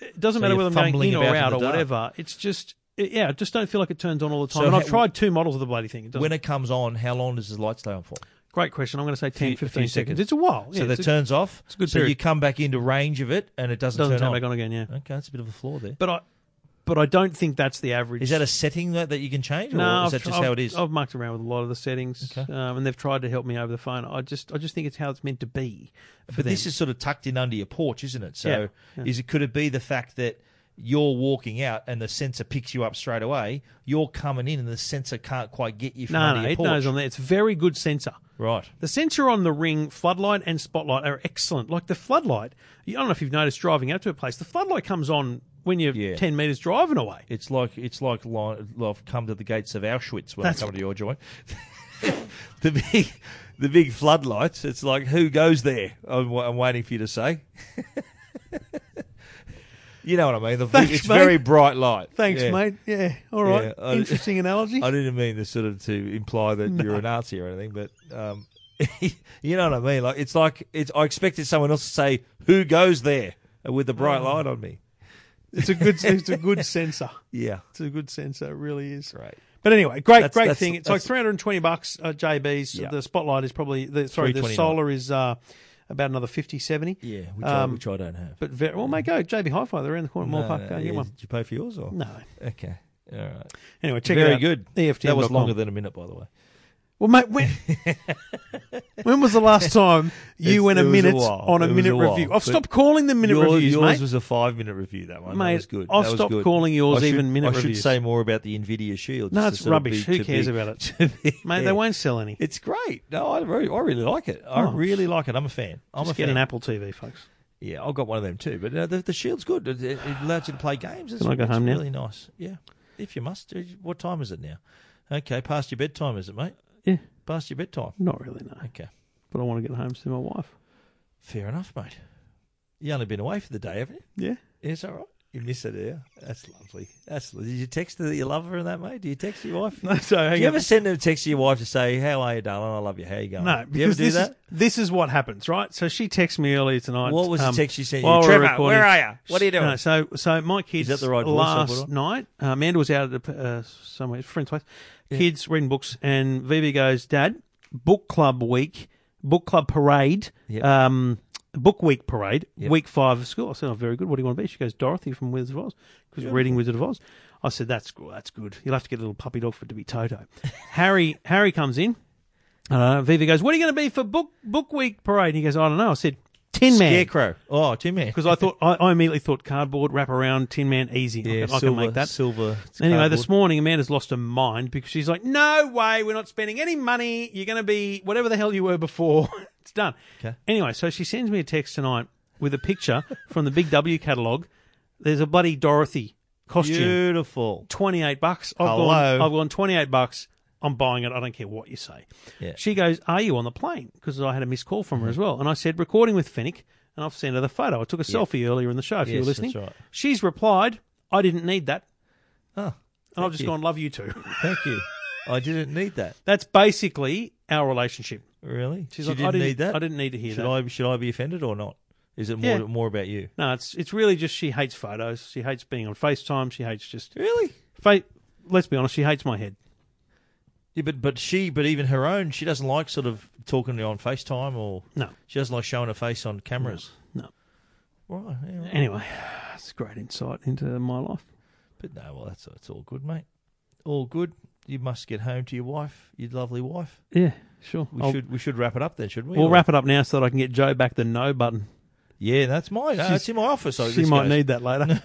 A: It doesn't
B: Oh. So
A: matter
B: you're
A: whether I'm going
B: fumbling
A: in or
B: about in
A: out
B: the
A: or
B: dark.
A: whatever. It's just it- yeah, I just don't feel like it turns on all the time.
B: So
A: and
B: ha-
A: I've tried two models of the bloody thing. It doesn't.
B: when it comes on, how long does the light stay on for?
A: Great question. I'm going to say 10,
B: few-
A: 15
B: a few
A: seconds.
B: seconds.
A: It's a while.
B: so
A: yeah,
B: that
A: it's a-
B: turns off.
A: it's a good
B: So you
A: period.
B: come back into range of it, and it doesn't,
A: doesn't
B: turn
A: turn
B: on.
A: back on again. Yeah.
B: Okay, that's a bit of a flaw there.
A: But I, but I don't think that's the average.
B: Is that a setting that, that you can change, or
A: no?
B: is that
A: I've,
B: just
A: I've-
B: how it is?
A: I've mucked around with a lot of the settings,
B: Okay.
A: um, and they've tried to help me over the phone. I just, I just think it's how it's meant to be.
B: But this is sort of tucked in under your porch, isn't it? So
A: Yeah, yeah.
B: is it could it be the fact that you're walking out and the sensor picks you up straight away? You're coming in and the sensor can't quite get you from
A: no,
B: under
A: no,
B: your
A: it
B: porch.
A: knows on there. It's very good sensor.
B: Right.
A: The sensor on the ring, floodlight, and spotlight are excellent. Like the floodlight, I don't know if you've noticed driving out to a place. The floodlight comes on when you're
B: Yeah.
A: ten meters driving away.
B: It's like it's like line, I've come to the gates of Auschwitz when
A: That's-
B: I come to your joint. the big the big floodlights. It's like who goes there? I'm, wa- I'm waiting for you to say. you know what I mean? The,
A: Thanks,
B: it's
A: mate.
B: very bright light.
A: Thanks,
B: Yeah.
A: mate. Yeah, all right.
B: Yeah, I-
A: Interesting analogy.
B: I didn't mean to sort of to imply that you're a Nazi or anything, but um, you know what I mean. Like it's like it's. I expected someone else to say, "Who goes there?" with the bright light on me.
A: It's a good, it's a good sensor.
B: Yeah,
A: It's a good sensor. It really is.
B: great.
A: But anyway, great,
B: That's-
A: great
B: that's-
A: thing. It's like
B: that's-
A: 320 bucks. Uh, JB's
B: Yeah.
A: the spotlight is probably the sorry the
B: 329.
A: solar is uh, about another 50, 70.
B: Yeah, which, I,
A: Um,
B: which I don't have.
A: But very, well, mate, go JB Hi-Fi. They're around the corner. More
B: No,
A: Park.
B: no,
A: go and
B: Uh, yeah,
A: get one.
B: Did you pay for yours or
A: uh, No.
B: Okay, all right.
A: Anyway, check it
B: Very
A: out. E
B: good.
A: EFTM.
B: That was longer than a minute, by the way.
A: Well, mate, when, when was the last time you
B: It's-
A: went a
B: it was a
A: minute
B: while.
A: on a
B: It was
A: minute
B: a while.
A: review? I've
B: But
A: stopped calling them minute
B: Your-
A: reviews,
B: yours
A: mate.
B: was a five-minute review. That one,
A: Mate,
B: that was good.
A: I'll
B: That was
A: stop
B: good.
A: calling yours
B: I should-
A: even minute
B: I should
A: reviews.
B: say more about the Nvidia Shield.
A: no,
B: just
A: it's
B: to sort of
A: rubbish.
B: be-
A: Who
B: to
A: cares
B: be-
A: about it,
B: to be-
A: mate?
B: Yeah.
A: They won't sell any.
B: It's great. No, I really, I really like it. I
A: Oh.
B: really like it. I'm a fan. I'm a
A: Just
B: fan.
A: get an Apple TV, folks.
B: Yeah, I've got one of them too. But uh, the, the shield's good. It, it it allows you to play games. It's,
A: Can I go
B: it's
A: home now?
B: really nice. Yeah, if you must. Uh, What time is it now? Okay, past your bedtime, is it, mate?
A: Yeah,
B: Past your bedtime.
A: not really. No,
B: Okay.
A: but I want to get home to see my wife.
B: Fair enough, mate. You only been away for the day, haven't you?
A: Yeah.
B: It's all right. You miss it, yeah. That's lovely. That's lo- did you text her that you love her and that, mate? Do you text your wife?
A: No, so hang
B: do you
A: on.
B: ever send a text to your wife to say, "How are you, darling? I love you. How you going?"
A: No,
B: do you ever
A: because
B: do
A: this
B: that?
A: is- this is what happens, right? So she texted me earlier tonight. um,
B: What was the text you sent you?
A: while we were
B: Trevor,
A: recording.
B: where are ya? What are you doing?
A: No, so, so my kids
B: that the right voice I
A: last
B: put on?
A: night, uh, Amanda was out at a, uh, somewhere, friend's place. Kids reading books, and VB goes, "Dad, book club week, book club parade,
B: Yep.
A: um, book week parade,
B: Yep.
A: week five of school." I said, "Oh, very good. What do you want to be?" She goes, "Dorothy from Wizard of Oz," because we're reading Wizard of Oz. I said, "That's good. That's good. You'll have to get a little puppy dog for it to be Toto." Harry, Harry comes in. Uh, Vivi goes, "What are you going to be for book book week parade?" And he goes, "I don't know." I said, "Tin Man,"
B: Scarecrow. Oh, Tin Man.
A: because I thought I, I immediately thought cardboard wrap around Tin Man easy. I,
B: yeah,
A: can, I
B: silver,
A: can make that.
B: silver.
A: Anyway,
B: cardboard.
A: this morning Amanda's lost her mind because she's like, "No way, we're not spending any money. You're going to be whatever the hell you were before. it's done."
B: Okay.
A: Anyway, so she sends me a text tonight with a picture from the Big W catalog. There's a bloody Dorothy costume.
B: beautiful.
A: 28 bucks. I've
B: Hello.
A: gone I've gone 28 bucks. I'm buying it. I don't care what you say.
B: Yeah. Mm-hmm.
A: She goes, "Are you on the plane?" because I had a missed call from her as well. And I said, "Recording with Finnick." And I've sent her the photo. I took a selfie earlier in the show if you
B: Yes,
A: were listening.
B: that's right.
A: She's replied, "I didn't need that."
B: Oh,
A: And I've just
B: you.
A: gone, "Love you too."
B: thank you. I didn't need that.
A: That's basically our relationship.
B: Really?
A: She's
B: you
A: like,
B: didn't
A: I didn't
B: need that.
A: I didn't need to hear
B: Should
A: that.
B: I should I be offended or not? Is it more
A: Yeah.
B: more about you?
A: No, it's it's really just she hates photos. She hates being on FaceTime. She hates just
B: Really?
A: fa- Let's be honest, she hates my head.
B: Yeah, but but she but even her own she doesn't like sort of talking on FaceTime or
A: No.
B: she doesn't like showing her face on cameras.
A: No.
B: Right. yeah, right.
A: Anyway, it's great insight into my life.
B: But no, well that's it's all good, mate. All good. You must get home to your wife, your lovely wife.
A: Yeah, sure.
B: We
A: I'll-
B: should we should wrap it up then, should we?
A: Oh. We'll
B: Or-
A: wrap it up now so that I can get Joe back the no button.
B: Yeah, that's mine. Uh,
A: She's-
B: it's in my office. So
A: she
B: this
A: might
B: goes.
A: need that later.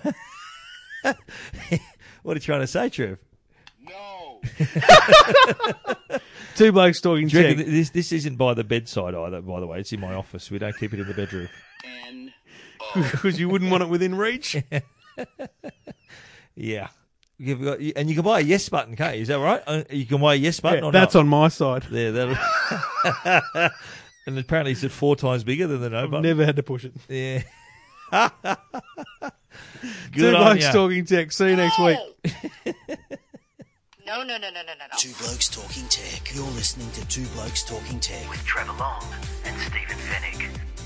B: What are you trying to say, Trev?
E: No.
A: Two blokes talking
B: Do you reckon
A: tech.
B: th- this this isn't by the bedside either? By the way, it's in my office. We don't keep it in the bedroom.
E: N.
A: Because you wouldn't want it within reach.
B: Yeah. You've got, and you can buy a yes button, can't you? Is that right? Uh, You can buy a yes button.
A: Yeah,
B: or
A: that's
B: no?
A: on my side.
B: There, that. and apparently, it's at four times bigger than the no button.
A: Never had to push it.
B: Yeah.
A: Two
B: Good on
A: blokes
B: ya.
A: talking tech. See you next week.
E: No, no, no, no, no, no, no.
C: Two Blokes Talking Tech. You're listening to Two Blokes Talking Tech.
F: Trevor Long and Stephen Finnick.